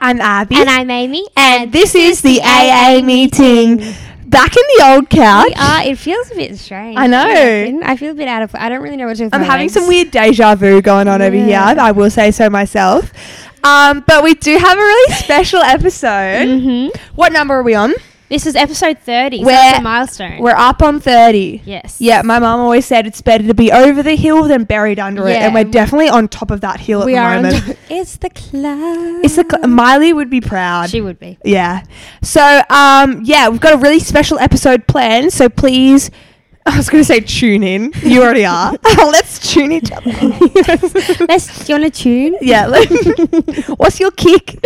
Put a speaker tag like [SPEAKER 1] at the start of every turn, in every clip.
[SPEAKER 1] I'm Abby.
[SPEAKER 2] And I'm Amy.
[SPEAKER 1] And this is the AA meeting. Back in the old couch.
[SPEAKER 2] we are. It feels a bit strange.
[SPEAKER 1] I know.
[SPEAKER 2] reckon? I feel a bit out of. I don't really know what to. do with
[SPEAKER 1] I'm
[SPEAKER 2] my
[SPEAKER 1] having
[SPEAKER 2] legs.
[SPEAKER 1] some weird deja vu going on over here.
[SPEAKER 2] Yeah.
[SPEAKER 1] I will say so myself. Um, but we do have a really special episode.
[SPEAKER 2] Mhm.
[SPEAKER 1] What number are we on?
[SPEAKER 2] This is episode thirty.
[SPEAKER 1] We're-
[SPEAKER 2] so it's a milestone.
[SPEAKER 1] We're up on 30.
[SPEAKER 2] yes.
[SPEAKER 1] Yeah, my mum always said it's better to be over the hill than buried under it,
[SPEAKER 2] Yeah.
[SPEAKER 1] and we're definitely on top of that hill
[SPEAKER 2] We
[SPEAKER 1] at the
[SPEAKER 2] are. on
[SPEAKER 1] moment.
[SPEAKER 2] top- it's the club.
[SPEAKER 1] it's a cl- oh Miley would be proud.
[SPEAKER 2] She would be.
[SPEAKER 1] yeah. So, um, yeah, we've got a really special episode planned. So please, I was going to say tune in. You already are. Oh, Let's tune each other.
[SPEAKER 2] Let's. Do you want to tune?
[SPEAKER 1] Yeah. like- What's your kick?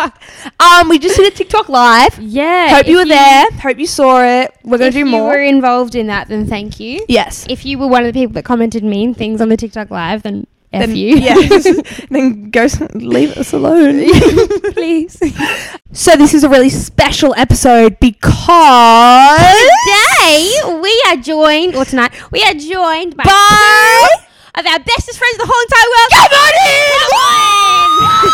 [SPEAKER 1] um, we just did a TikTok live.
[SPEAKER 2] Yeah.
[SPEAKER 1] Hope you
[SPEAKER 2] if
[SPEAKER 1] were there. Hope you saw it. We're gonna
[SPEAKER 2] if
[SPEAKER 1] do
[SPEAKER 2] you
[SPEAKER 1] more.
[SPEAKER 2] were involved in that, then thank you.
[SPEAKER 1] yes.
[SPEAKER 2] If you were one of the people that commented mean things on the TikTok live, then f
[SPEAKER 1] then,
[SPEAKER 2] you.
[SPEAKER 1] yes. then go s- leave us alone.
[SPEAKER 2] please.
[SPEAKER 1] so this is a really special episode because
[SPEAKER 2] Today we are joined, or tonight we are joined by
[SPEAKER 1] by
[SPEAKER 2] two of our bestest friends in the whole entire world. Come on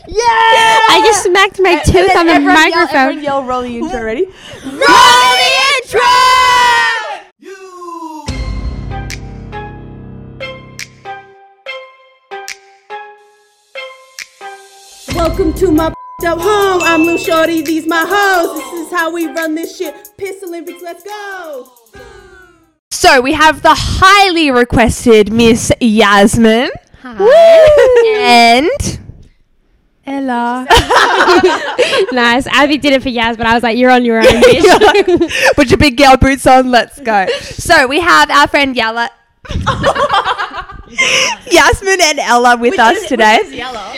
[SPEAKER 1] yeah.
[SPEAKER 2] I just smacked my
[SPEAKER 1] And
[SPEAKER 2] tooth
[SPEAKER 1] then
[SPEAKER 2] on the
[SPEAKER 1] everyone yell-
[SPEAKER 2] microphone.
[SPEAKER 1] everyone yell, roll the intro already.
[SPEAKER 3] Welcome to my up home. I'm Lil Shorty. These my hoes. This is how we run this shit. Piss Olympics. Let's go.
[SPEAKER 1] So we have the highly requested Miss Yasmin. and
[SPEAKER 2] Ella. nice. Abby did it for Yaz, but I was like, you're on your own, bitch.
[SPEAKER 1] put your big girl boots on. Let's go. So we have our friend Yala. Yasmin and Ella with us today.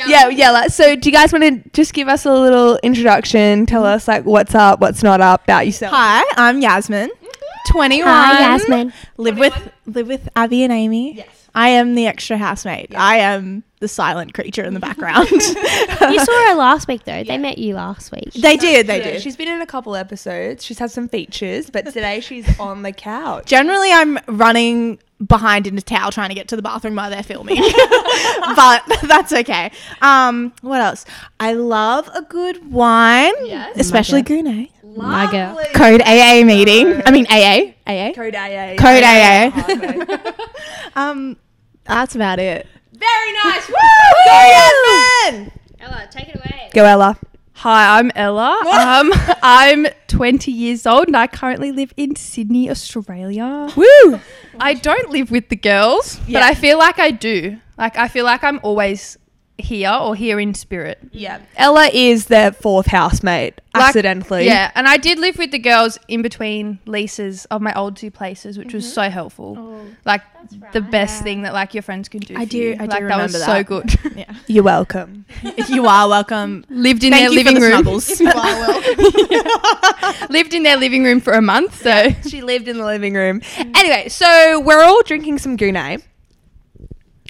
[SPEAKER 1] Yeah, Yella. So, do you guys want to just give us a little introduction? Tell us like what's up, what's not up about yourself.
[SPEAKER 4] Hi, I'm Yasmin. 21.
[SPEAKER 2] Hi, Yasmin.
[SPEAKER 4] Live with live with Abby and Amy. Yes. I am the extra housemaid. I am the silent creature in the background.
[SPEAKER 2] You saw her last week, though. They met you last week.
[SPEAKER 4] they did, they did.
[SPEAKER 1] She's been in a couple episodes. She's had some features, but today she's on the couch.
[SPEAKER 4] Generally I'm running behind in a towel trying to get to the bathroom while they're filming. but that's okay. Um what else? I love a good wine, especially Goonay.
[SPEAKER 2] My girl.
[SPEAKER 4] Code AA meeting. I mean AA. AA.
[SPEAKER 1] Code AA.
[SPEAKER 4] Code AA.
[SPEAKER 1] Oh,
[SPEAKER 4] Um that's about it.
[SPEAKER 2] Very nice. Ella, take it away.
[SPEAKER 1] Go Ella.
[SPEAKER 5] Hi, I'm Ella. Um, I'm 20 years old and I currently live in Sydney, Australia.
[SPEAKER 1] Woo!
[SPEAKER 5] I don't live with the girls, but I feel like I do. Like, I feel like I'm always here or here in spirit.
[SPEAKER 1] Yeah. Ella is their fourth housemate
[SPEAKER 5] Like-
[SPEAKER 1] accidentally.
[SPEAKER 5] Yeah, and I did live with the girls in between leases of my old two places, which was so helpful. Like, the best thing that, like, your friends can do
[SPEAKER 4] I
[SPEAKER 5] for
[SPEAKER 4] do-
[SPEAKER 5] you.
[SPEAKER 4] I do
[SPEAKER 5] Like, that was
[SPEAKER 4] remember
[SPEAKER 5] so
[SPEAKER 4] that.
[SPEAKER 5] good.
[SPEAKER 4] Yeah.
[SPEAKER 1] You're welcome.
[SPEAKER 4] you are welcome.
[SPEAKER 5] lived in
[SPEAKER 4] Thank
[SPEAKER 5] their
[SPEAKER 4] you
[SPEAKER 5] living
[SPEAKER 4] for the
[SPEAKER 5] room.
[SPEAKER 4] snuggles. you are welcome.
[SPEAKER 5] lived in their living room for a month, so...
[SPEAKER 1] She lived in the living room. Anyway, so we're all drinking some Goonay.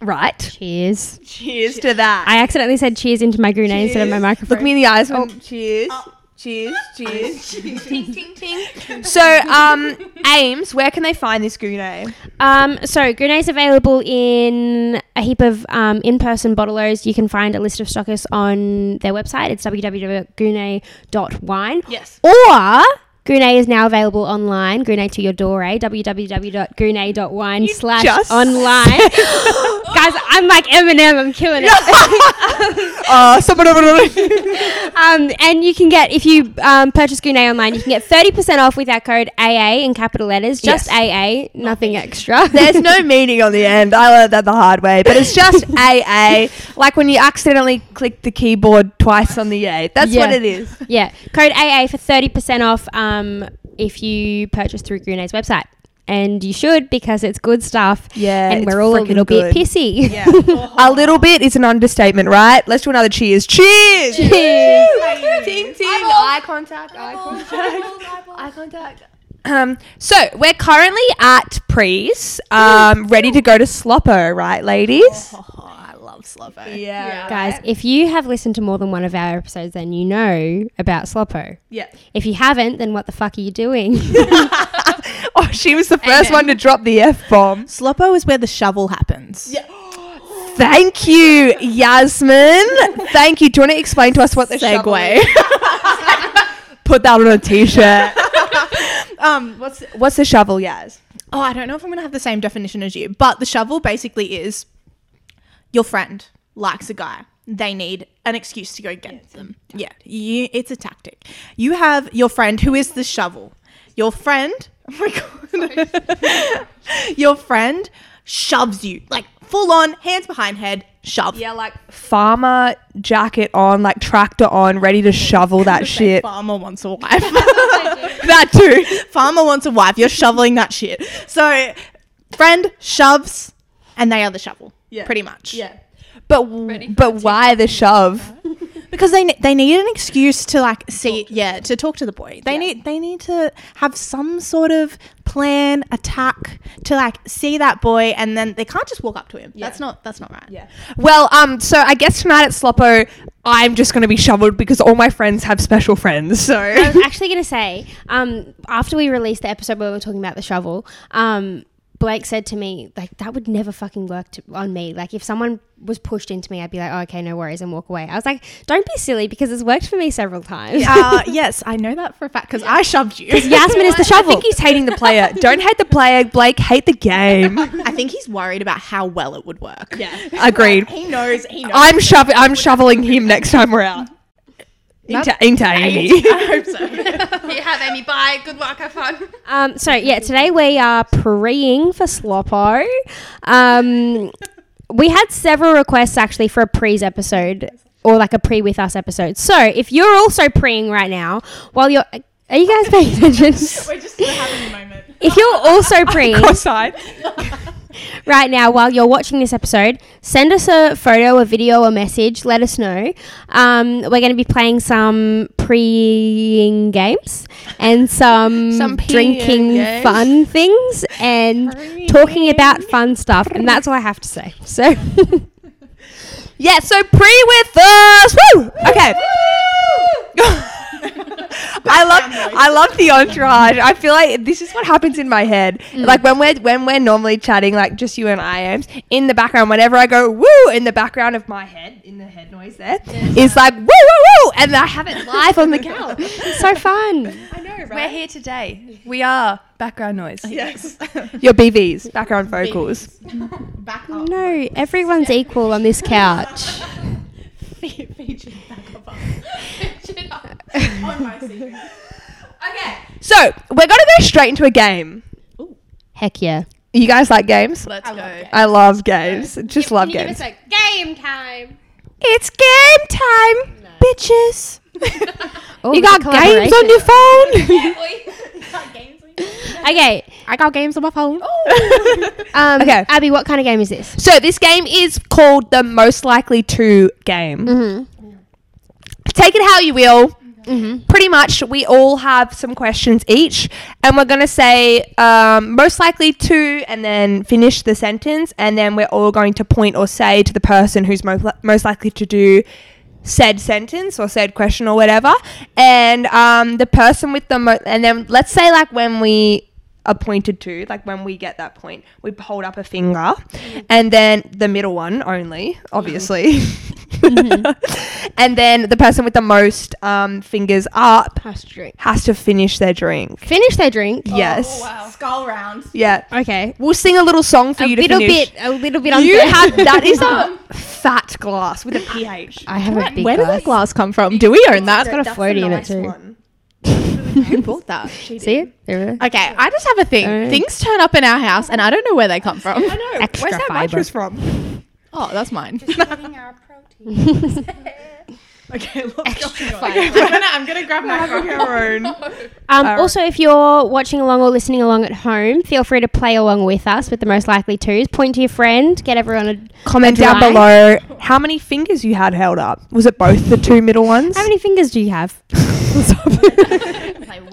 [SPEAKER 1] Right.
[SPEAKER 2] Cheers.
[SPEAKER 1] Cheers to that.
[SPEAKER 2] I accidentally said cheers into my Grenade instead of my microphone.
[SPEAKER 1] Look me in the eyes. when- Oh.
[SPEAKER 4] Cheers. Cheers. Cheers.
[SPEAKER 1] So, um, Ames, where can they find this Goonay?
[SPEAKER 2] Um, so Grenade's available in a heap of um, in-person bottlers. You can find a list of stockers on their website. It's www.grenade.wine.
[SPEAKER 1] Yes.
[SPEAKER 2] Or Grenade is now available online. Grenade to your door, eh? www.grenade.wine slash
[SPEAKER 1] just
[SPEAKER 2] online. Guys, I'm like Eminem. I'm killing it.
[SPEAKER 1] Uh, someone over
[SPEAKER 2] Um, and you can get if you um, purchase Gune online, you can get thirty percent off with our code AA in capital letters, just AA, nothing extra.
[SPEAKER 1] There's no meaning on the end. I learned that the hard way, but it's just AA. Like when you accidentally click the keyboard twice on the A. That's what
[SPEAKER 2] Yeah.
[SPEAKER 1] it is.
[SPEAKER 2] yeah, code AA for thirty percent off um, if you purchase through Gune's website, and you should because it's good stuff.
[SPEAKER 1] Yeah,
[SPEAKER 2] and
[SPEAKER 1] it's
[SPEAKER 2] we're all a
[SPEAKER 1] freaking
[SPEAKER 2] little
[SPEAKER 1] good.
[SPEAKER 2] bit pissy.
[SPEAKER 1] Yeah. a little bit is an understatement, right? Let's do another cheers. Cheers!
[SPEAKER 2] Cheers.
[SPEAKER 1] Ting, ting. Eye contact, eye contact, eye contact. Um, so we're currently at Prees, um, ready to go to Sloppo, right, ladies?
[SPEAKER 4] I love Slovo.
[SPEAKER 1] Yeah.
[SPEAKER 2] Guys, if you have listened to more than one of our episodes, then you know about Sloppo.
[SPEAKER 1] Yeah.
[SPEAKER 2] If you haven't, then what the fuck are you doing?
[SPEAKER 1] Oh, she was the first one to drop the F bomb.
[SPEAKER 4] Slopo is where the shovel happens.
[SPEAKER 1] Yeah. Thank you, Yasmin. Thank you. Do you want to explain to us what the shovel is?
[SPEAKER 4] Segway.
[SPEAKER 1] Put that on a t-shirt. um, what's what's the shovel, Yaz?
[SPEAKER 4] oh, I don't know if I'm going to have the same definition as you, but the shovel basically is your friend likes a guy. They need an excuse to go get them. Yeah, you, it's a tactic. You have your friend who is the shovel. Your friend, oh my god, your friend shoves you like full on, hands behind head, shove.
[SPEAKER 1] Yeah, like farmer jacket on, like tractor on, ready to shovel that shit.
[SPEAKER 4] Farmer wants a wife.
[SPEAKER 1] That too.
[SPEAKER 4] Farmer wants a wife. You're shoveling that shit. So, friend shoves, and they are the shovel. Yeah. Pretty much. Yeah.
[SPEAKER 1] But w- but why the shove?
[SPEAKER 4] Because they ne- they need an excuse to like see yeah to talk to the boy. They need they need to have some sort of plan attack to like see that boy, and then they can't just walk up to him. That's not that's not right. Yeah.
[SPEAKER 1] Well, um, so I guess tonight at Sloppo, I'm just gonna be shoveled because all my friends have special friends. So
[SPEAKER 2] I was actually going to say, um, after we released the episode where we were talking about the shovel, um, Blake said to me, like, that would never fucking work to, on me. Like, if someone was pushed into me, I'd be like, oh, okay, no worries, and walk away. I was like, don't be silly because it's worked for me several times.
[SPEAKER 4] Uh, yes, I know that for a fact because I shoved you.
[SPEAKER 2] Yasmin is the
[SPEAKER 1] I
[SPEAKER 2] shovel.
[SPEAKER 1] think he's hating the player. Don't hate the player, Blake. Hate the game.
[SPEAKER 4] I think he's worried about how well it would work. Yeah.
[SPEAKER 1] Agreed.
[SPEAKER 4] He knows. He knows.
[SPEAKER 1] I'm shoving. I'm shoveling him next time we're out. Into, into Amy.
[SPEAKER 5] you have Amy. Bye. Good luck. Have fun.
[SPEAKER 2] Um, so yeah, today we are preying for Sloppo. Um, we had several requests actually for a pre's episode or like a pre with us episode. So if you're also preying right now, while you're are you guys paying attention? We're just having a moment. If you're also preying
[SPEAKER 1] Side.
[SPEAKER 2] right now while you're watching this episode, send us a photo, a video, a message. Let us know. Um, we're going to be playing some preying games and some,
[SPEAKER 5] Some
[SPEAKER 2] drinking
[SPEAKER 5] peeing games.
[SPEAKER 2] fun things and talking about fun stuff. And that's all I have to say. So.
[SPEAKER 1] Yeah, so pre with us. Woo! Okay. I love I love the entourage. I feel like this is what happens in my head. Like when we're when we're normally chatting, like just you and I am in the background, whenever I go woo in the background of my head, in the head noise there, is like woo woo woo and I have it live on the couch.
[SPEAKER 2] so fun.
[SPEAKER 5] We're here today. We are background noise.
[SPEAKER 4] Yes.
[SPEAKER 1] Your BVs, background vocals.
[SPEAKER 4] Back up.
[SPEAKER 2] No, everyone's equal on this couch.
[SPEAKER 4] Featured back up. On my secret.
[SPEAKER 1] So we're gonna go straight into a game.
[SPEAKER 2] Heck yeah.
[SPEAKER 1] You guys like games?
[SPEAKER 5] Let's go.
[SPEAKER 1] I love games. Just love games.
[SPEAKER 2] game time.
[SPEAKER 1] It's game time, bitches.
[SPEAKER 2] Oh,
[SPEAKER 1] You got games on your phone.
[SPEAKER 2] Okay.
[SPEAKER 4] I got games on my phone.
[SPEAKER 2] Um,
[SPEAKER 1] Okay.
[SPEAKER 2] Abby, what kind of game is this?
[SPEAKER 1] so this game is called the most likely to game. Take it how you will. Pretty much, we all have some questions each, and we're gonna say um, most likely to, and then finish the sentence, and then we're all going to point or say to the person who's most li- most likely to do said sentence or said question or whatever, and um, the person with the mo- and then let's say like when we are pointed to, like when we get that point, we hold up a finger,
[SPEAKER 2] Mm-hmm.
[SPEAKER 1] and then the middle one only, obviously,
[SPEAKER 2] Mm-hmm.
[SPEAKER 1] and then the person with the most um, fingers up has to finish their drink.
[SPEAKER 2] Finish their drink.
[SPEAKER 1] yes.
[SPEAKER 4] Skull round.
[SPEAKER 1] Yeah.
[SPEAKER 2] Okay.
[SPEAKER 1] We'll sing a little song for
[SPEAKER 2] A
[SPEAKER 1] you to
[SPEAKER 2] little
[SPEAKER 1] finish.
[SPEAKER 2] bit. A little bit.
[SPEAKER 1] You
[SPEAKER 2] unfair.
[SPEAKER 1] have that is a fat glass with a ph.
[SPEAKER 2] I have a big
[SPEAKER 4] Where did
[SPEAKER 2] glass.
[SPEAKER 4] that glass come from? Do we own that?
[SPEAKER 2] got a floaty in it too.
[SPEAKER 4] Who bought that?
[SPEAKER 2] See it? There we go.
[SPEAKER 4] Okay, I just have a thing.
[SPEAKER 2] Alright.
[SPEAKER 4] Things turn up in our house, and I don't know where they come from.
[SPEAKER 1] I know.
[SPEAKER 2] Extra
[SPEAKER 1] Where's that
[SPEAKER 2] fiber.
[SPEAKER 1] mattress from?
[SPEAKER 4] Oh, that's mine. okay, look. I'm gonna, I'm gonna grab my phone.
[SPEAKER 2] Um, also, if you're watching along or listening along at home, feel free to play along with us with the most likely twos. Point to your friend. Get everyone a
[SPEAKER 1] Comment
[SPEAKER 2] a
[SPEAKER 1] down
[SPEAKER 2] dry.
[SPEAKER 1] below how many fingers you had held up. Was it both the two middle ones?
[SPEAKER 2] How many fingers do you have?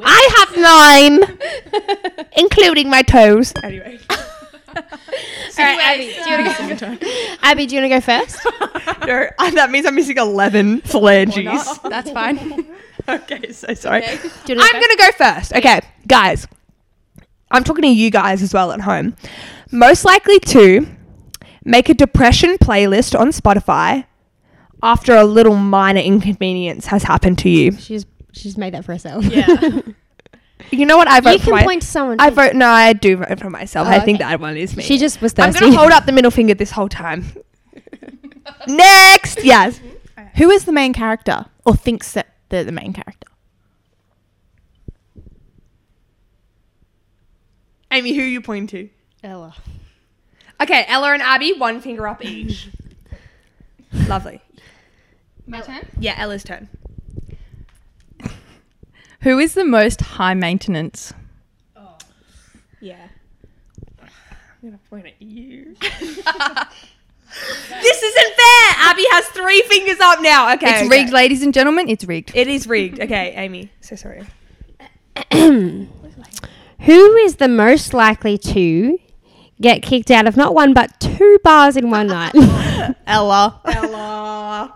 [SPEAKER 1] I have nine, including my toes. Anyway,
[SPEAKER 2] All right, Abby, do you wanna go? Abby, do you want to go first?
[SPEAKER 1] no, I- that means I'm missing eleven phalanges.
[SPEAKER 5] That's fine.
[SPEAKER 1] Okay, so sorry.
[SPEAKER 2] Do you wanna
[SPEAKER 1] I'm gonna go first. Okay, guys, I'm talking to you guys as well at home. Most likely to make a depression playlist on Spotify after a little minor inconvenience has happened to you.
[SPEAKER 2] She's she's made that for herself.
[SPEAKER 1] You know what? I vote
[SPEAKER 2] you
[SPEAKER 1] for
[SPEAKER 2] can
[SPEAKER 1] my-
[SPEAKER 2] point to someone.
[SPEAKER 1] I vote. No, I do vote for myself.
[SPEAKER 2] Oh,
[SPEAKER 1] I think
[SPEAKER 2] okay.
[SPEAKER 1] that one is me.
[SPEAKER 2] She just was
[SPEAKER 1] I'm
[SPEAKER 2] thirsty.
[SPEAKER 1] gonna hold up the middle finger this whole time. Next, yes.
[SPEAKER 4] Who is the main character or thinks that they're the main character?
[SPEAKER 1] Amy, who you point to?
[SPEAKER 2] Ella.
[SPEAKER 1] Okay, Ella and Abby, one finger up each. Lovely.
[SPEAKER 5] My turn?
[SPEAKER 1] Yeah, Ella's turn.
[SPEAKER 5] Who is the most high maintenance?
[SPEAKER 1] Yeah. I'm gonna point at you. this isn't fair. Abby has three fingers up now. Okay,
[SPEAKER 5] It's
[SPEAKER 1] okay.
[SPEAKER 5] rigged, ladies and gentlemen. It's rigged.
[SPEAKER 1] It is rigged. Okay, Amy. So sorry.
[SPEAKER 2] Who is the most likely to get kicked out of not one but two bars in one night?
[SPEAKER 4] Ella.
[SPEAKER 1] Ella.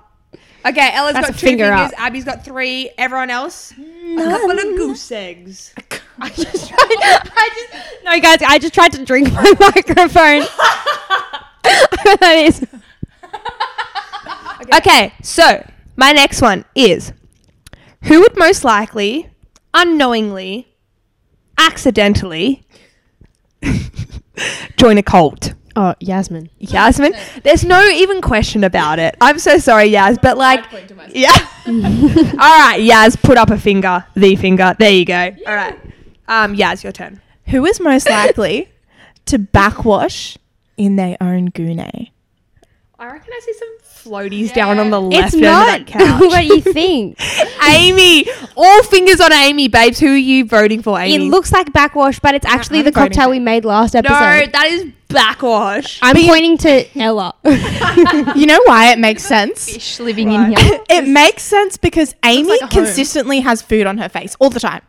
[SPEAKER 1] Okay, Ella's
[SPEAKER 2] That's
[SPEAKER 1] got
[SPEAKER 2] a
[SPEAKER 1] two
[SPEAKER 2] finger
[SPEAKER 1] fingers.
[SPEAKER 2] up.
[SPEAKER 1] Abby's got three. Everyone else, a couple of goose eggs.
[SPEAKER 2] I just, I just, no, guys, I just tried to drink my microphone. that is.
[SPEAKER 1] Okay, so my next one is who would most likely, unknowingly, accidentally join a cult?
[SPEAKER 2] Oh, Yasmin.
[SPEAKER 1] Yasmin, there's no even question about it. I'm so sorry, Yas, but like, yeah. All right, Yas, put up a finger, the finger. There you go. All right, um, Yas, your turn.
[SPEAKER 4] Who is most likely to backwash in their own goonay?
[SPEAKER 1] I reckon I see some floaties down on the left
[SPEAKER 2] It's
[SPEAKER 1] end
[SPEAKER 2] not
[SPEAKER 1] of that couch.
[SPEAKER 2] what you think.
[SPEAKER 1] Amy, all fingers on Amy, babes. Who are you voting for,
[SPEAKER 2] it
[SPEAKER 1] Amy?
[SPEAKER 2] looks like backwash, but it's actually
[SPEAKER 1] I'm
[SPEAKER 2] the
[SPEAKER 1] voting
[SPEAKER 2] cocktail we made last
[SPEAKER 1] no,
[SPEAKER 2] episode.
[SPEAKER 1] that is backwash.
[SPEAKER 2] I'm pointing to Ella.
[SPEAKER 4] You know why it makes sense?
[SPEAKER 5] Fish living in here.
[SPEAKER 4] It makes sense because Amy
[SPEAKER 5] like a home.
[SPEAKER 4] consistently has food on her face all the time.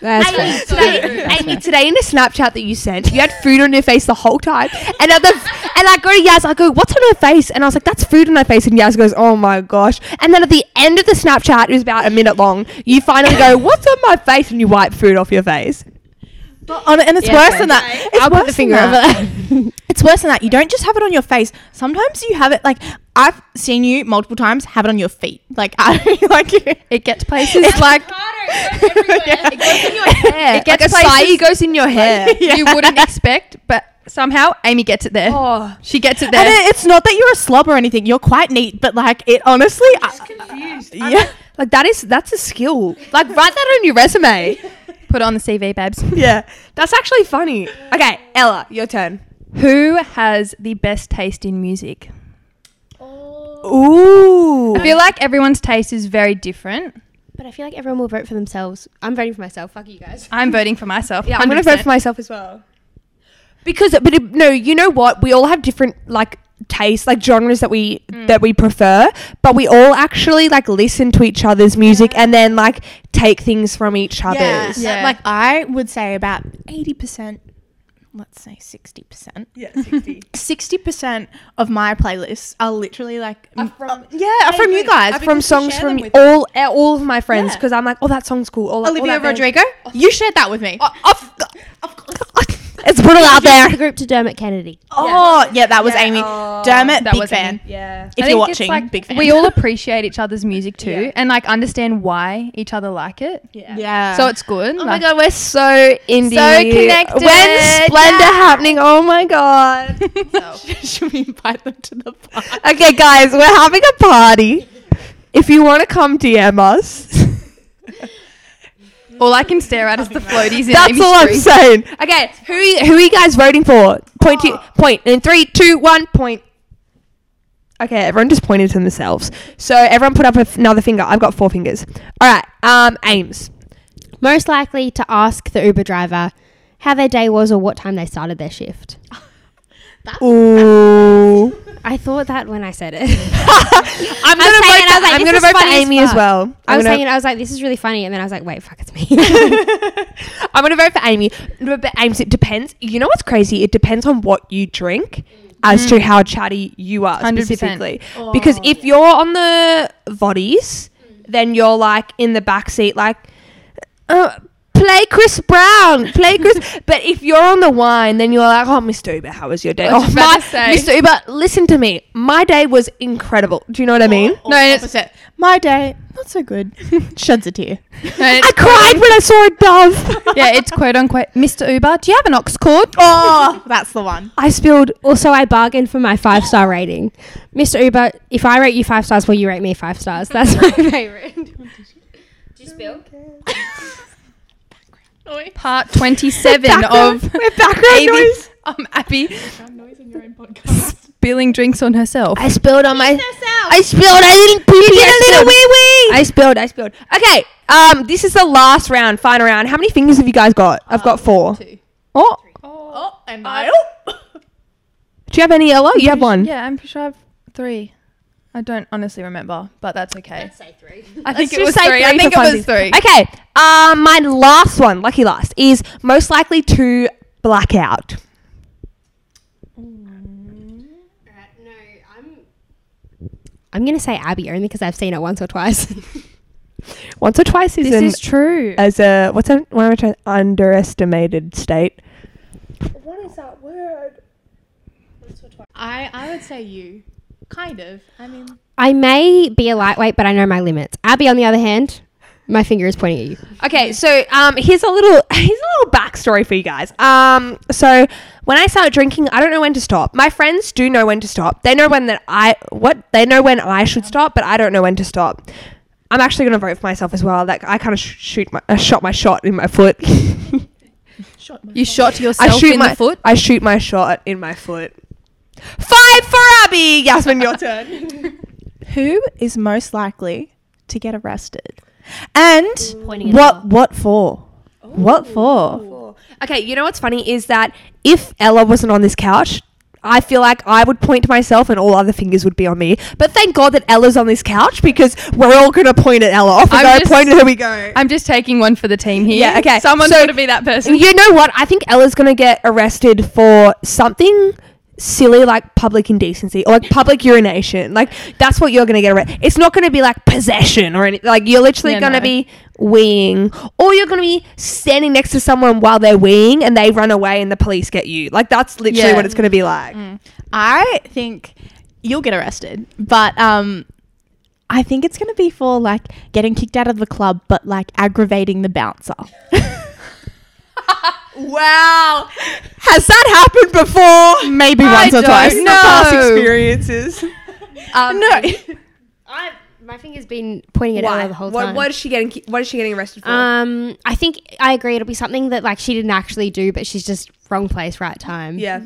[SPEAKER 2] That's
[SPEAKER 1] Amy
[SPEAKER 2] fair.
[SPEAKER 1] today, Amy today in a Snapchat that you sent, you had food on your face the whole time, and at the, and I go to Yaz, I go, "What's on her face?" And I was like, "That's food on her face," and Yaz goes, "Oh my gosh!" And then at the end of the Snapchat, it was about a minute long. You finally go, "What's on my face?" and you wipe food off your face.
[SPEAKER 4] But on, and it's worse than that. It's
[SPEAKER 2] I'll
[SPEAKER 4] worse
[SPEAKER 2] put the
[SPEAKER 4] than
[SPEAKER 2] finger over
[SPEAKER 4] that.
[SPEAKER 2] that.
[SPEAKER 4] It's worse than that. You don't just have it on your face. Sometimes you have it like I've seen you multiple times have it on your feet. Like I like
[SPEAKER 5] It gets places
[SPEAKER 4] It's
[SPEAKER 5] like
[SPEAKER 4] Yeah.
[SPEAKER 5] it
[SPEAKER 1] like
[SPEAKER 5] gets
[SPEAKER 1] a
[SPEAKER 5] places
[SPEAKER 1] side goes in your hair.
[SPEAKER 5] you wouldn't expect, but somehow Amy gets it there.
[SPEAKER 1] oh.
[SPEAKER 5] She gets it
[SPEAKER 4] And
[SPEAKER 5] there.
[SPEAKER 4] it- it's not that you're a slob or anything. You're quite neat, but like it honestly. I- yeah.
[SPEAKER 1] Like that is that's a skill. Like write that on your resume.
[SPEAKER 5] Put on the CV, babes.
[SPEAKER 1] yeah, that's actually funny. Okay, Ella, your turn.
[SPEAKER 5] Who has the best taste in music?
[SPEAKER 1] Ooh.
[SPEAKER 5] I feel like everyone's taste is very different.
[SPEAKER 2] But I feel like everyone will vote for themselves. I'm voting for myself. Fuck you guys.
[SPEAKER 5] I'm voting for myself.
[SPEAKER 1] Yeah, I'm gonna vote for myself as well. Because, but it, no, you know what? We all have different like tastes, like genres that we that we prefer, but we all actually like listen to each other's music and then like take things from each other's.
[SPEAKER 5] Yeah.
[SPEAKER 4] Like I would say about eighty percent. Let's say sixty percent.
[SPEAKER 1] Yeah, sixty.
[SPEAKER 4] Sixty percent of my playlists are literally like uh,
[SPEAKER 1] from-
[SPEAKER 4] yeah, are from you guys.
[SPEAKER 1] from songs from all uh, all of my friends because I'm like, oh, that song's cool. All, all
[SPEAKER 4] Olivia
[SPEAKER 1] that band-
[SPEAKER 4] Rodrigo. You shared that with me. Oh,
[SPEAKER 1] It's put it out there.
[SPEAKER 2] The group to Dermot Kennedy.
[SPEAKER 4] yeah, that was
[SPEAKER 1] Yeah.
[SPEAKER 4] Amy
[SPEAKER 1] Oh.
[SPEAKER 4] Dermot.
[SPEAKER 5] That
[SPEAKER 4] big
[SPEAKER 5] was Amy.
[SPEAKER 4] fan.
[SPEAKER 1] Yeah.
[SPEAKER 4] If
[SPEAKER 5] I
[SPEAKER 4] you're
[SPEAKER 5] think it's
[SPEAKER 4] watching,
[SPEAKER 5] like
[SPEAKER 4] big fan.
[SPEAKER 5] We all appreciate each other's music too,
[SPEAKER 1] Yeah.
[SPEAKER 5] and like understand why each other like it.
[SPEAKER 1] Yeah.
[SPEAKER 4] yeah.
[SPEAKER 5] So it's good.
[SPEAKER 1] Oh my god, we're so indie.
[SPEAKER 5] connected.
[SPEAKER 1] When's Splendor
[SPEAKER 5] Yeah.
[SPEAKER 1] happening? Oh my god.
[SPEAKER 4] should we invite them to the party?
[SPEAKER 1] Okay, guys, we're having a party. If you want to come DM us,
[SPEAKER 5] All I can stare at is the floaties in
[SPEAKER 1] that's
[SPEAKER 5] Amy's
[SPEAKER 1] all I'm
[SPEAKER 5] drink.
[SPEAKER 1] saying. Okay, who are you, who are you guys voting for? Point to point in three, two, one, point. Okay, everyone just pointed to themselves. So everyone put up a f- another finger. I've got four fingers. All right, um, Ames.
[SPEAKER 2] Most likely to ask the Uber driver how their day was or what time they started their shift.
[SPEAKER 1] Ooh,
[SPEAKER 2] I thought that when I said it.
[SPEAKER 1] I'm gonna vote.
[SPEAKER 2] saying it, I was
[SPEAKER 1] for-
[SPEAKER 2] like,
[SPEAKER 1] I'm
[SPEAKER 2] this
[SPEAKER 1] gonna
[SPEAKER 2] is
[SPEAKER 1] vote for
[SPEAKER 2] funny as
[SPEAKER 1] Amy as
[SPEAKER 2] fuck.
[SPEAKER 1] well.
[SPEAKER 2] I was
[SPEAKER 1] I'm gonna-
[SPEAKER 2] saying, I was like, this is really funny. And then I was like, wait, fuck, it's me.
[SPEAKER 1] I'm gonna vote for Amy. No, But Ames, it depends. You know what's crazy? It depends on what you drink as to how chatty you are
[SPEAKER 5] 100%.
[SPEAKER 1] specifically. because if you're on the voddies, then you're like in the back seat, like, uh, play Chris Brown, play Chris. but if you're on the wine, then you're like, oh, Mr. Uber, how was your day?
[SPEAKER 5] I was
[SPEAKER 1] Oh,
[SPEAKER 5] just about
[SPEAKER 1] my,
[SPEAKER 5] to say.
[SPEAKER 1] Mr. Uber, listen to me. My day was incredible. Do you know what I
[SPEAKER 5] Oh,
[SPEAKER 1] mean?
[SPEAKER 4] No, opposite. My day, not so good. Sheds a tear.
[SPEAKER 1] I cried when I saw a dove.
[SPEAKER 5] yeah, it's quote unquote Mr. Uber. Do you have an ox cord?
[SPEAKER 4] Oh, that's the one.
[SPEAKER 1] I spilled.
[SPEAKER 2] Also, I bargained for my five star rating. Mr. Uber, if I rate you five stars, will you rate me five stars? That's my favorite. Did you spill?
[SPEAKER 5] Part 27 of
[SPEAKER 1] background
[SPEAKER 5] Abby, um, Abby spilling drinks on herself.
[SPEAKER 1] I spilled on my. I spilled. I didn't pee. You did a little wee wee. I spilled. I spilled. Okay. Um, this is the last round, final round. How many fingers have you guys got? I've
[SPEAKER 5] Um,
[SPEAKER 1] got four. Oh,
[SPEAKER 4] Oh, and I.
[SPEAKER 1] do you have any yellow? You have one.
[SPEAKER 5] Yeah, I'm pretty sure I have three. I don't honestly remember, but that's okay.
[SPEAKER 2] Say three.
[SPEAKER 5] I think it
[SPEAKER 1] Let's
[SPEAKER 5] was
[SPEAKER 1] just say
[SPEAKER 5] three. I think it
[SPEAKER 1] for
[SPEAKER 5] was
[SPEAKER 1] funsies.
[SPEAKER 5] three.
[SPEAKER 1] Okay. Um, my last one, lucky last, is most likely to black out.
[SPEAKER 2] No, I'm. I'm gonna say Abby only because I've seen it once or twice.
[SPEAKER 1] Once or twice is, an,
[SPEAKER 5] true.
[SPEAKER 1] as a what's that? What am I trying? Underestimated state.
[SPEAKER 6] I, I would say you. Kind of. I mean,
[SPEAKER 2] I may be a lightweight, but I know my limits. Abby, on the other hand, my finger is pointing at you.
[SPEAKER 1] Okay, so um, here's a little here's a little backstory for you guys. Um, so when I started drinking, I don't know when to stop. My friends do know when to stop. They know when that I what they know when I should stop, but I don't know when to stop. I'm actually gonna vote for myself as well. Like I kind of sh- shoot my I shot my shot in my foot.
[SPEAKER 5] You shot
[SPEAKER 1] I
[SPEAKER 5] yourself
[SPEAKER 1] shoot
[SPEAKER 5] in
[SPEAKER 1] my
[SPEAKER 5] the foot.
[SPEAKER 1] I shoot my shot in my foot. Five for Abby. Yasmin, your turn.
[SPEAKER 4] Who is most likely to get arrested? And
[SPEAKER 2] Pointing
[SPEAKER 4] what? What for? What for?
[SPEAKER 1] Oh. Okay, you know what's funny is that if Ella wasn't on this couch, I feel like I would point to myself and all other fingers would be on me. But thank God that Ella's on this couch because we're all going to point at Ella. Off we
[SPEAKER 5] I'm
[SPEAKER 1] go,
[SPEAKER 5] just-
[SPEAKER 1] point at her we go.
[SPEAKER 5] I'm just taking one for the team here.
[SPEAKER 1] Yeah, okay.
[SPEAKER 5] Someone's
[SPEAKER 1] So-
[SPEAKER 5] got to be that person.
[SPEAKER 1] you know what? I think Ella's going to get arrested for something silly like public indecency or like public urination. Like that's what you're going to get arrested. It's not going to be like possession or anything. Like you're literally
[SPEAKER 5] Yeah,
[SPEAKER 1] going to
[SPEAKER 5] no.
[SPEAKER 1] be weeing or you're going to be standing next to someone while they're weeing and they run away and the police get you. Like that's literally
[SPEAKER 5] Yeah.
[SPEAKER 1] what it's going to be like.
[SPEAKER 4] I think you'll get arrested, but um, I think it's gonna be for like getting kicked out of the club, but like aggravating the bouncer.
[SPEAKER 1] Wow. Has that happened before?
[SPEAKER 4] Maybe
[SPEAKER 5] I
[SPEAKER 4] once or
[SPEAKER 5] don't
[SPEAKER 4] twice.
[SPEAKER 5] know. Past
[SPEAKER 4] experiences.
[SPEAKER 1] Um,
[SPEAKER 4] no.
[SPEAKER 2] I, my finger's been pointing at Ella the whole
[SPEAKER 1] What,
[SPEAKER 2] time.
[SPEAKER 1] what is she getting ki- what is she getting arrested for?
[SPEAKER 2] Um, I think I agree. It'll be something that like she didn't actually do, but she's just wrong place, right time.
[SPEAKER 1] yeah.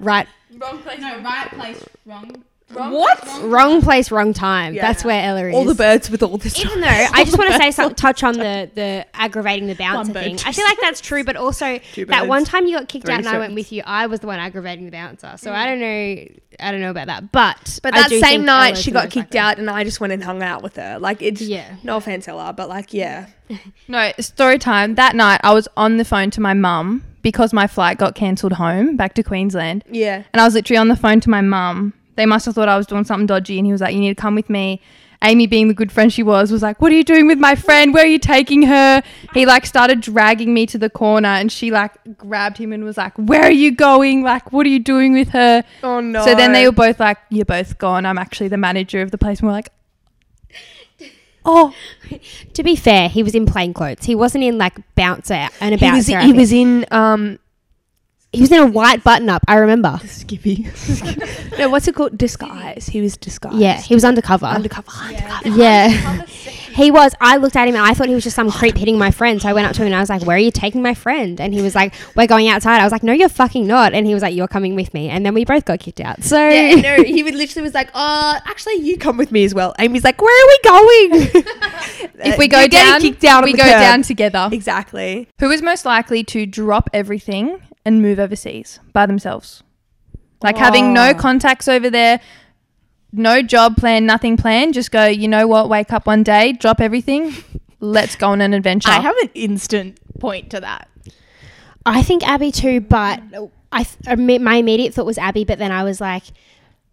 [SPEAKER 2] Right.
[SPEAKER 6] no, right place, wrong.
[SPEAKER 1] What?
[SPEAKER 2] Wrong place, wrong time. That's where Ella is.
[SPEAKER 1] All the birds with all this
[SPEAKER 2] Even though I just want to say some, touch on the the aggravating the bouncer
[SPEAKER 4] bird,
[SPEAKER 2] thing.
[SPEAKER 4] two
[SPEAKER 2] I feel like that's true, but also that one time you got kicked out and I went
[SPEAKER 4] servings.
[SPEAKER 2] with you, I was the one aggravating the bouncer. So I don't know, I don't know about that. But
[SPEAKER 1] But
[SPEAKER 2] I
[SPEAKER 1] that
[SPEAKER 2] do
[SPEAKER 1] same
[SPEAKER 2] think
[SPEAKER 1] night,
[SPEAKER 2] Ella's
[SPEAKER 1] she
[SPEAKER 2] the
[SPEAKER 1] got
[SPEAKER 2] most
[SPEAKER 1] kicked
[SPEAKER 2] likely.
[SPEAKER 1] out, and I just went and hung out with her. Like, it's
[SPEAKER 2] Yeah.
[SPEAKER 1] no offense, Ella, but like, yeah.
[SPEAKER 5] No, story time. That night I was on the phone to my mum because my flight got cancelled home back to Queensland.
[SPEAKER 1] Yeah.
[SPEAKER 5] And I was literally on the phone to my mum. They must have thought I was doing something dodgy and he was like, You need to come with me. Amy, being the good friend she was, was like, What are you doing with my friend? Where are you taking her? He like started dragging me to the corner and she like grabbed him and was like, Where are you going? Like, what are you doing with her?
[SPEAKER 1] Oh, no.
[SPEAKER 5] So then they were both like, You're both gone. I'm actually the manager of the place. And we're like,
[SPEAKER 1] Oh,
[SPEAKER 2] To be fair, he was in plain clothes. He wasn't in like bouncer and a
[SPEAKER 1] he was,
[SPEAKER 2] bouncer. I
[SPEAKER 1] he
[SPEAKER 2] think.
[SPEAKER 1] was in, um,
[SPEAKER 2] he was in a white button up. I remember.
[SPEAKER 4] Skippy.
[SPEAKER 1] no, what's it called? Disguise. He was disguised.
[SPEAKER 2] Yeah, he was undercover.
[SPEAKER 1] Undercover. undercover.
[SPEAKER 2] yeah, he was. I looked at him and I thought he was just some creep hitting my friend. So I went up to him and I was like, "Where are you taking my friend?" And he was like, "We're going outside." I was like, "No, you're fucking not." And he was like, "You're coming with me." And then we both got kicked out. So
[SPEAKER 1] Yeah, no, he would literally was like, oh, actually, you come with me as well. Amy's like, where are we going?
[SPEAKER 5] If we go
[SPEAKER 1] uh, You're getting
[SPEAKER 5] down,
[SPEAKER 1] kicked out on
[SPEAKER 5] we
[SPEAKER 1] the
[SPEAKER 5] go
[SPEAKER 1] curb.
[SPEAKER 5] down together.
[SPEAKER 1] Exactly.
[SPEAKER 5] Who is most likely to drop everything and move overseas by themselves? Like having
[SPEAKER 1] Oh.
[SPEAKER 5] no contacts over there, no job plan, nothing planned. Just go, you know what? Wake up one day, drop everything, let's go on an adventure.
[SPEAKER 4] I have an instant point to that.
[SPEAKER 2] I think Abby too, but I th- imme- my immediate thought was Abby, but then I was like,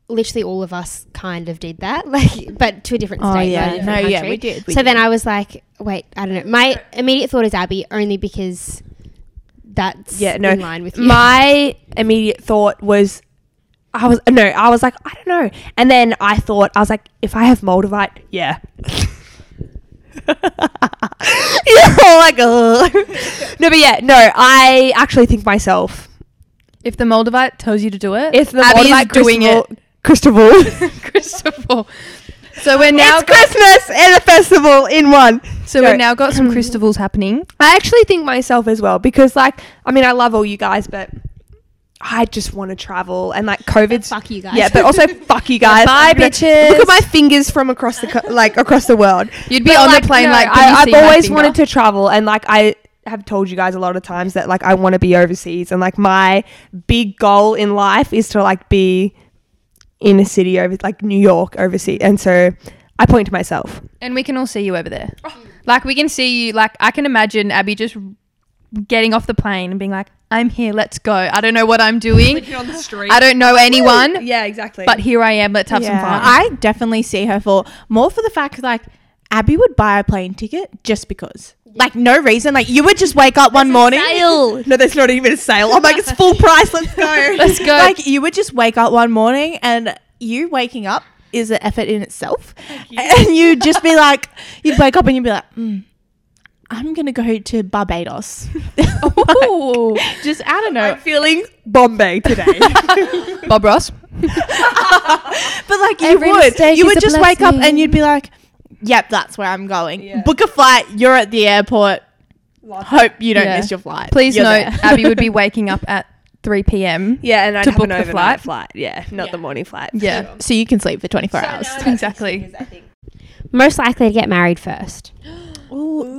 [SPEAKER 2] literally all of us kind of did that, like, but to a different
[SPEAKER 4] Oh,
[SPEAKER 2] state. not
[SPEAKER 4] yeah.
[SPEAKER 2] a different
[SPEAKER 4] No, yeah,
[SPEAKER 2] country.
[SPEAKER 4] we did, we
[SPEAKER 2] so then I was like, wait, I don't know. My immediate thought is Abby, only because that's
[SPEAKER 1] Yeah, no.
[SPEAKER 2] in line with you.
[SPEAKER 1] My immediate thought was, I was no, I was like, I don't know. And then I thought, I was like, if I have moldavite, yeah. You're all like, Ugh. no, but yeah, no. I actually think myself.
[SPEAKER 5] If the Moldavite tells you to do it,
[SPEAKER 1] If the
[SPEAKER 5] Abby's
[SPEAKER 1] moldavite
[SPEAKER 5] doing it,
[SPEAKER 1] Christopher.
[SPEAKER 5] Christopher. So we're now
[SPEAKER 1] it's Christmas and a festival in one.
[SPEAKER 5] so
[SPEAKER 1] No.
[SPEAKER 5] we've now got some Christopher's happening.
[SPEAKER 1] I actually think myself as well because, like, I mean, I love all you guys, but I just want to travel and like COVID's
[SPEAKER 2] fuck you guys.
[SPEAKER 1] Yeah, but also fuck you guys.
[SPEAKER 5] Bye,
[SPEAKER 1] I'm gonna-
[SPEAKER 5] bitches.
[SPEAKER 1] Look at my fingers from across the co- like across the world.
[SPEAKER 5] You'd be
[SPEAKER 1] But,
[SPEAKER 5] on
[SPEAKER 1] like,
[SPEAKER 5] the plane
[SPEAKER 1] no,
[SPEAKER 5] like
[SPEAKER 1] I, I've always wanted to travel, and like I have told you guys a lot of times that like I want to be overseas, and like my big goal in life is to like be in a city over like New York overseas, and so I point to myself.
[SPEAKER 5] and we can all see you over there. Like we can see you. Like I can imagine Abby just getting off the plane and being like, "I'm here. Let's go. I don't know what I'm doing.
[SPEAKER 1] on the street.
[SPEAKER 5] I don't know anyone,
[SPEAKER 1] Yeah, exactly.
[SPEAKER 5] but here I am. Let's have some fun."
[SPEAKER 4] I definitely see her for more for the fact like Abby would buy a plane ticket just because. Like no reason. Like you would just wake up one morning.
[SPEAKER 1] sale. No, there's not even a sale. I'm like, it's full price. Let's go.
[SPEAKER 5] Let's go.
[SPEAKER 4] Like you would just wake up one morning and you waking up is an effort in itself. And you'd just be like you'd wake up and you'd be like, mm, I'm gonna go to Barbados.
[SPEAKER 5] Ooh.
[SPEAKER 4] just I don't know.
[SPEAKER 1] I'm feeling Uh, Bombay today.
[SPEAKER 5] Bob Ross.
[SPEAKER 4] But like you
[SPEAKER 5] Every
[SPEAKER 4] would,
[SPEAKER 5] mistake
[SPEAKER 4] you
[SPEAKER 5] is
[SPEAKER 4] would
[SPEAKER 5] a
[SPEAKER 4] just wake up
[SPEAKER 5] blessing.
[SPEAKER 4] and you'd be like, "Yep, that's where I'm going. Book a flight. You're at the airport. Hope you don't
[SPEAKER 5] Yeah.
[SPEAKER 4] miss your flight.
[SPEAKER 5] Please
[SPEAKER 4] You're
[SPEAKER 5] note,
[SPEAKER 4] there."
[SPEAKER 5] Abby would be waking up at 3 p.m.
[SPEAKER 1] yeah, and I'd
[SPEAKER 5] To
[SPEAKER 1] have an
[SPEAKER 5] book the
[SPEAKER 1] overnight
[SPEAKER 5] flight?
[SPEAKER 1] flight. Yeah, not the morning flight.
[SPEAKER 5] Yeah.
[SPEAKER 4] so you can sleep for 24 hours.
[SPEAKER 5] Exactly.
[SPEAKER 2] Most likely to get married first.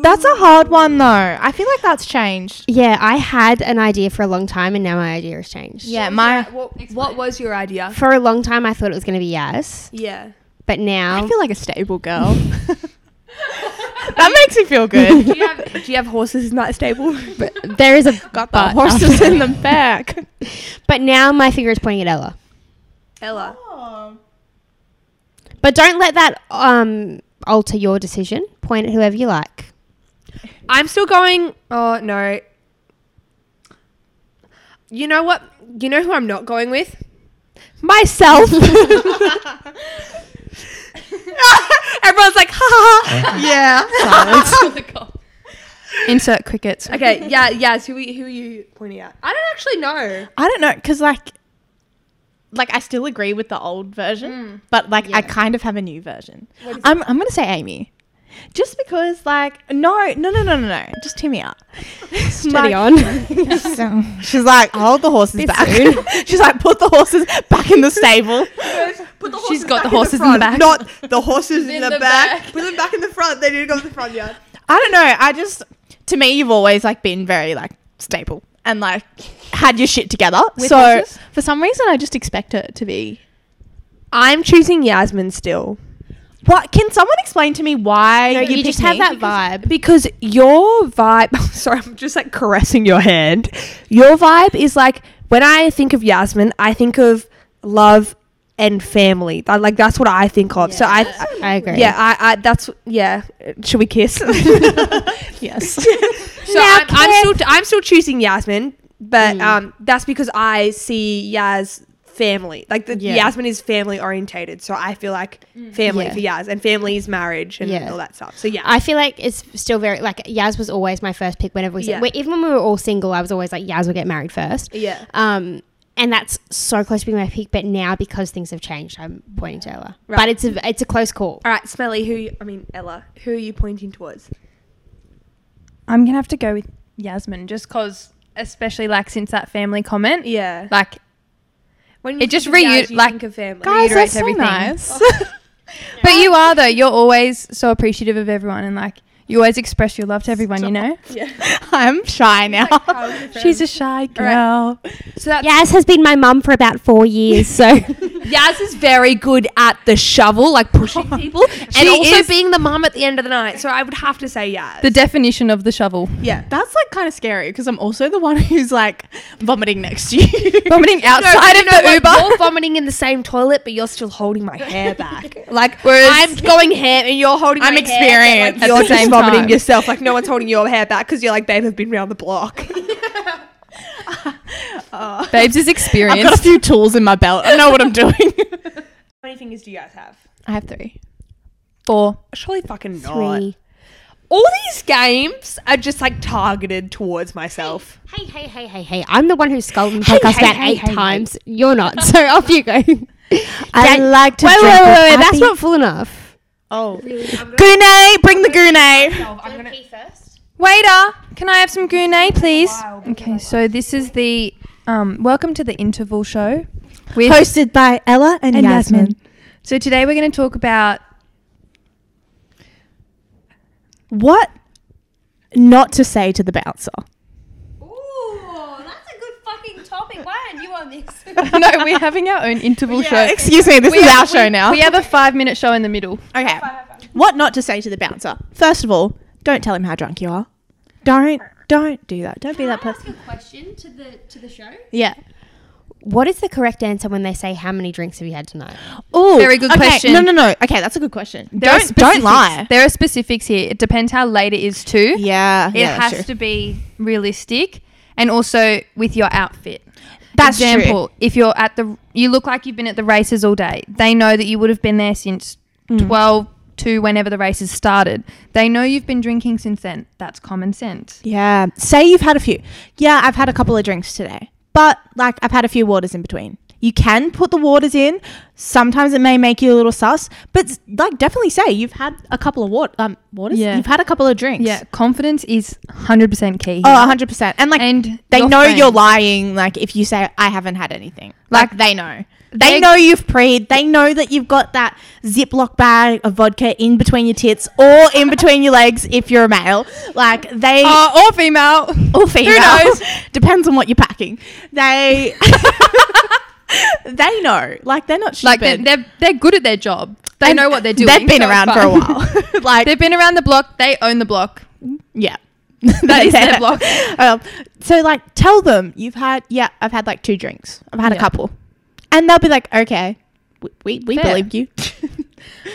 [SPEAKER 4] that's a hard one though. I feel like that's changed.
[SPEAKER 2] Yeah, I had an idea for a long time and now my idea has changed.
[SPEAKER 4] Yeah, my
[SPEAKER 1] What, was your idea?
[SPEAKER 2] For a long time I thought it was gonna be yes.
[SPEAKER 1] Yeah.
[SPEAKER 2] But now
[SPEAKER 4] I feel like a stable girl. that makes me feel
[SPEAKER 1] Do
[SPEAKER 4] good.
[SPEAKER 1] you have Do you have horses in that stable?
[SPEAKER 2] there is a
[SPEAKER 4] Got the
[SPEAKER 2] but
[SPEAKER 4] horses in the back.
[SPEAKER 2] But now my finger is pointing at Ella.
[SPEAKER 1] Ella.
[SPEAKER 2] But don't let that um alter your decision. Point at whoever you like.
[SPEAKER 1] I'm still going. Oh no. You know what? You know who I'm not going with? Myself. Everyone's like, ha ha. ha.
[SPEAKER 5] Insert crickets.
[SPEAKER 1] Okay, yeah, Yaz, who are you, who are you pointing at? I don't actually know.
[SPEAKER 4] I don't know, cause like, like I still agree with the old version, but like I kind of have a new version. I'm I'm gonna say Amy, just because like no no no no no no, just hear me out.
[SPEAKER 2] Steady
[SPEAKER 4] My-
[SPEAKER 2] on.
[SPEAKER 4] So, she's like, hold the horses back. she's like, put the horses back in the stable.
[SPEAKER 5] She's got the horses in the back.
[SPEAKER 1] Not the horses in, the,
[SPEAKER 5] the
[SPEAKER 1] back.
[SPEAKER 5] back.
[SPEAKER 1] Put them back in the front. They need to go to the front yard.
[SPEAKER 4] I don't know. I just to me, you've always like been very like stable and like had your shit together. so
[SPEAKER 5] horses?
[SPEAKER 4] for some reason, I just expect it to be.
[SPEAKER 1] I'm choosing Yasmin still.
[SPEAKER 4] What can someone explain to me why
[SPEAKER 2] you,
[SPEAKER 4] picked
[SPEAKER 2] just have
[SPEAKER 4] me?
[SPEAKER 2] that vibe.
[SPEAKER 1] Because your vibe, sorry, I'm just like caressing your hand. Your vibe is like when I think of Yasmin, I think of love and family. That- Like that's what I think of. So I,
[SPEAKER 2] I agree.
[SPEAKER 1] yeah, I, I, that's yeah. Should we kiss?
[SPEAKER 4] Yes.
[SPEAKER 1] So I'm, I'm still I'm still choosing Yasmin, but um, that's because I see Yaz family. Like the
[SPEAKER 4] Yeah.
[SPEAKER 1] Yasmin is family orientated, so I feel like family
[SPEAKER 2] Yeah.
[SPEAKER 1] for Yaz, and family is marriage and
[SPEAKER 2] Yeah.
[SPEAKER 1] all that stuff. So yeah,
[SPEAKER 2] I feel like it's still very like Yaz was always my first pick whenever we
[SPEAKER 1] Yeah.
[SPEAKER 2] said well, even when we were all single, I was always like Yaz will get married first.
[SPEAKER 1] yeah.
[SPEAKER 2] Um and that's so close to being my pick, but now because things have changed, I'm pointing to Ella.
[SPEAKER 1] Right.
[SPEAKER 2] But it's a it's a close call.
[SPEAKER 1] All right, Smelly. Who you- I mean, Ella. Who are you pointing towards?
[SPEAKER 5] I'm going to have to go with Yasmin just because, especially like since that family comment.
[SPEAKER 1] Yeah.
[SPEAKER 5] Like,
[SPEAKER 1] When
[SPEAKER 5] you It just
[SPEAKER 1] think of
[SPEAKER 5] reu-
[SPEAKER 1] Yaz, you
[SPEAKER 5] like-
[SPEAKER 1] think of family.
[SPEAKER 5] Guys, that's so nice.
[SPEAKER 4] Oh.
[SPEAKER 5] but you are though. You're always so appreciative of everyone and like you always express your love to everyone, you know?
[SPEAKER 4] I'm shy now.
[SPEAKER 5] She's a shy girl.
[SPEAKER 1] So that's
[SPEAKER 2] Yaz has been my mum for about four years, so
[SPEAKER 1] Yaz is very good at the shovel, like pushing people, and also being the mum at the end of the night. So I would have to say Yaz.
[SPEAKER 5] The definition of the shovel.
[SPEAKER 4] Yeah, that's like kind of scary because I'm also the one who's like vomiting next to you.
[SPEAKER 5] Vomiting outside
[SPEAKER 1] you
[SPEAKER 5] of
[SPEAKER 1] know
[SPEAKER 5] the
[SPEAKER 1] what?
[SPEAKER 5] Uber.
[SPEAKER 1] You're vomiting in the same toilet, but you're still holding my hair back. Like
[SPEAKER 5] Whereas-
[SPEAKER 1] I'm going hair, and you're holding.
[SPEAKER 4] I'm
[SPEAKER 1] my Hair,
[SPEAKER 4] experienced
[SPEAKER 1] but, like,
[SPEAKER 4] at
[SPEAKER 1] you're
[SPEAKER 4] the
[SPEAKER 1] just
[SPEAKER 4] same
[SPEAKER 1] vomiting
[SPEAKER 4] time.
[SPEAKER 1] yourself. Like no one's holding your hair back because you're like, babe, I've been round the block.
[SPEAKER 5] Babes is
[SPEAKER 4] I've got a
[SPEAKER 5] experienced.
[SPEAKER 4] few tools in my belt. I know what I'm doing.
[SPEAKER 1] How many fingers do you guys have?
[SPEAKER 4] I have three.
[SPEAKER 5] Four.
[SPEAKER 1] Surely fucking not.
[SPEAKER 2] Three.
[SPEAKER 1] All these games are just like targeted towards myself.
[SPEAKER 2] Hey, hey, hey, hey, hey. I'm the one who's skulled in the podcast about eight times. You're not. So off you go. I
[SPEAKER 4] like to
[SPEAKER 2] Wait, wait,
[SPEAKER 4] drink
[SPEAKER 2] wait,
[SPEAKER 4] with
[SPEAKER 2] wait. That's
[SPEAKER 4] Abby.
[SPEAKER 2] not full enough.
[SPEAKER 4] Oh, Gune, bring the Gune.
[SPEAKER 5] Waiter, can I have some Goonay, please? Okay, so this is the um, welcome to the interval show with
[SPEAKER 4] Hosted by Ella and,
[SPEAKER 5] and
[SPEAKER 4] Yasmin.
[SPEAKER 5] Yasmin. So today we're going to talk about
[SPEAKER 4] What not to say to the bouncer?
[SPEAKER 5] no, we're having our own interval show.
[SPEAKER 4] Excuse me, this
[SPEAKER 5] We
[SPEAKER 4] is
[SPEAKER 5] have-
[SPEAKER 4] our show
[SPEAKER 5] we-
[SPEAKER 4] now.
[SPEAKER 5] We have a five minute show in the middle.
[SPEAKER 4] Okay. What not to say to the bouncer? First of all, don't tell him how drunk you are. Don't don't do that. Don't be that person.
[SPEAKER 2] a question to the to the show.
[SPEAKER 4] Yeah.
[SPEAKER 2] What is the correct answer when they say how many drinks have you had tonight?
[SPEAKER 4] Oh,
[SPEAKER 5] Very good question.
[SPEAKER 4] No, no, no. Okay, that's a good question.
[SPEAKER 5] There are
[SPEAKER 4] don't don't
[SPEAKER 5] specifics-
[SPEAKER 4] lie.
[SPEAKER 5] There are specifics here. It depends how late it is too.
[SPEAKER 4] Yeah,
[SPEAKER 5] It has to be realistic and also with your outfit.
[SPEAKER 4] That's
[SPEAKER 5] Example, if you're at the you look like you've been at the races all day. They know that you would have been there since
[SPEAKER 4] Mm.
[SPEAKER 5] 12 to whenever the races started. They know you've been drinking since then. That's common sense.
[SPEAKER 4] Yeah. Say you've had a few. Yeah, I've had a couple of drinks today, but like I've had a few waters in between. You can put the waters in. Sometimes it may make you a little sus, but like definitely say you've had a couple of wat- um, waters.
[SPEAKER 5] Yeah.
[SPEAKER 4] You've had a couple of drinks.
[SPEAKER 5] Yeah, confidence is 100% key.
[SPEAKER 4] Oh,
[SPEAKER 5] here.
[SPEAKER 4] 100%. And like
[SPEAKER 5] And
[SPEAKER 4] they
[SPEAKER 5] your
[SPEAKER 4] know you're
[SPEAKER 5] friends.
[SPEAKER 4] lying like if you say I haven't had anything. Like,
[SPEAKER 5] Like,
[SPEAKER 4] they know.
[SPEAKER 5] they-
[SPEAKER 4] They know you've preed. They know that you've got that Ziploc bag of vodka in between your tits or in between your legs if you're a male. Like they
[SPEAKER 5] Uh, or female.
[SPEAKER 4] or female.
[SPEAKER 5] knows?
[SPEAKER 4] Depends on what you're packing. They they know. Like they're not
[SPEAKER 5] Like
[SPEAKER 4] stupid.
[SPEAKER 5] they're, they're they're good at their job. They
[SPEAKER 4] And
[SPEAKER 5] know what they're doing.
[SPEAKER 4] They've been
[SPEAKER 5] so it's
[SPEAKER 4] around for a
[SPEAKER 5] fine.
[SPEAKER 4] while. like
[SPEAKER 5] they've been around the block. They own the block.
[SPEAKER 4] Yeah. that
[SPEAKER 5] is their block.
[SPEAKER 4] Um, so like tell them you've had yeah, I've had like two drinks. I've had a
[SPEAKER 5] Yeah.
[SPEAKER 4] couple. And they'll be like, "Okay. We we, we
[SPEAKER 5] Fair.
[SPEAKER 4] believe you."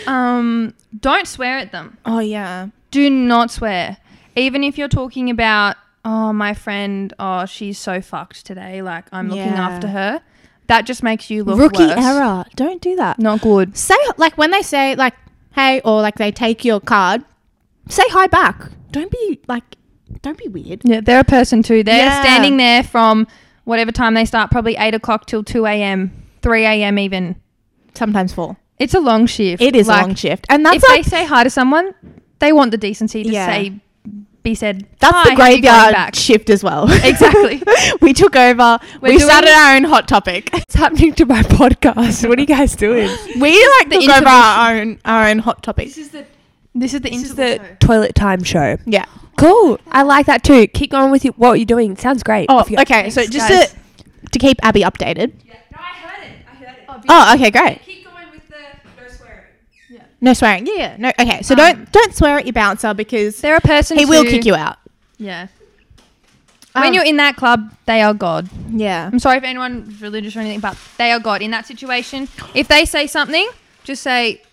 [SPEAKER 5] Um, don't swear at them.
[SPEAKER 4] oh yeah.
[SPEAKER 5] Do not swear. Even if you're talking about, oh, my friend, oh, she's so fucked today. Like I'm looking
[SPEAKER 4] Yeah.
[SPEAKER 5] after her. That just makes you look
[SPEAKER 4] Rookie
[SPEAKER 5] worse.
[SPEAKER 4] error. Don't do that.
[SPEAKER 5] Not good.
[SPEAKER 4] Say like when they say like, "Hey," or like they take your card, say hi back. Don't be like don't be weird.
[SPEAKER 5] Yeah, they're a person too. They're
[SPEAKER 4] Yeah.
[SPEAKER 5] standing there from whatever time they start, probably eight o'clock till two a.m., three a.m. even.
[SPEAKER 4] Sometimes fall.
[SPEAKER 5] It's a long shift.
[SPEAKER 4] It is
[SPEAKER 5] Like,
[SPEAKER 4] a long shift. And that's
[SPEAKER 5] if
[SPEAKER 4] like
[SPEAKER 5] they say hi to someone, they want the decency to
[SPEAKER 4] Yeah.
[SPEAKER 5] say, be said.
[SPEAKER 4] that's
[SPEAKER 5] hi,
[SPEAKER 4] the
[SPEAKER 5] how you going
[SPEAKER 4] graveyard
[SPEAKER 5] back?"
[SPEAKER 4] shift as well.
[SPEAKER 5] Exactly.
[SPEAKER 4] we took over.
[SPEAKER 5] We're
[SPEAKER 4] we
[SPEAKER 5] doing-
[SPEAKER 4] started our own hot topic.
[SPEAKER 1] What's happening to my podcast? What are you guys doing?
[SPEAKER 4] We like
[SPEAKER 5] The
[SPEAKER 4] took
[SPEAKER 5] interval-
[SPEAKER 4] over our own our own hot topic.
[SPEAKER 5] This is the
[SPEAKER 1] This is
[SPEAKER 5] interval.
[SPEAKER 1] the toilet time show.
[SPEAKER 4] Yeah.
[SPEAKER 1] Cool. I like that too. Keep going with you, what you're doing. Sounds great.
[SPEAKER 4] Oh,
[SPEAKER 1] Off you go.
[SPEAKER 4] okay. So
[SPEAKER 5] Thanks,
[SPEAKER 4] just
[SPEAKER 5] guys.
[SPEAKER 4] to, to keep Abby updated.
[SPEAKER 5] No, I heard it. I heard it.
[SPEAKER 4] Oh, okay, great.
[SPEAKER 5] Keep going with the no swearing.
[SPEAKER 4] No swearing. Yeah, yeah. No. Okay.
[SPEAKER 1] Um,
[SPEAKER 4] So don't don't swear at your bouncer because
[SPEAKER 5] They're a person.
[SPEAKER 4] he will
[SPEAKER 5] who-
[SPEAKER 4] kick you out.
[SPEAKER 5] Yeah.
[SPEAKER 4] Um,
[SPEAKER 5] when you're in that club, they are God.
[SPEAKER 4] Yeah.
[SPEAKER 5] I'm sorry if anyone's religious or anything, but they are God in that situation. If they say something, just say,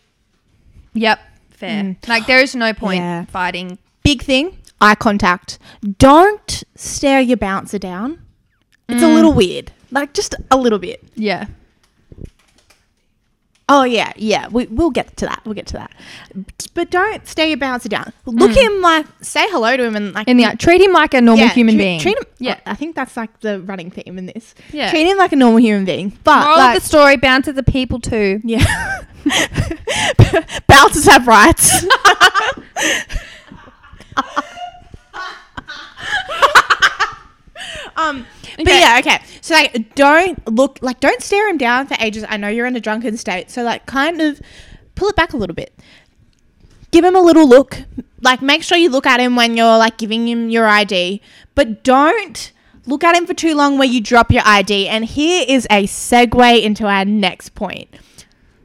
[SPEAKER 5] "Yep, fair." Like there is no point
[SPEAKER 4] Mm. Yeah.
[SPEAKER 5] fighting.
[SPEAKER 4] Big thing. Eye contact. Don't stare your bouncer down. It's a
[SPEAKER 1] Mm.
[SPEAKER 4] little weird. Like just a little bit.
[SPEAKER 5] Yeah.
[SPEAKER 4] Oh yeah, yeah. We we'll get to that. We'll get to that. But don't stare your bouncer down. Look him like say hello to him and like
[SPEAKER 5] Mm. In the treat him like a normal
[SPEAKER 4] Yeah,
[SPEAKER 5] human
[SPEAKER 4] treat-
[SPEAKER 5] being.
[SPEAKER 4] Treat him.
[SPEAKER 5] Yeah.
[SPEAKER 4] Yeah, I think that's like the running theme in this.
[SPEAKER 5] Yeah.
[SPEAKER 4] treat him like a normal human being. But
[SPEAKER 5] Moral
[SPEAKER 4] like,
[SPEAKER 5] of the story: bounce at the people too.
[SPEAKER 4] yeah, bouncers have rights. um, but
[SPEAKER 5] Okay.
[SPEAKER 4] yeah, okay. So like, don't look like don't stare him down for ages. I know you're in a drunken state, so like, kind of pull it back a little bit. Give him a little look. Like, make sure you look at him when you're like giving him your ID, but don't look at him for too long where you drop your ID. And here is a segue into our next point.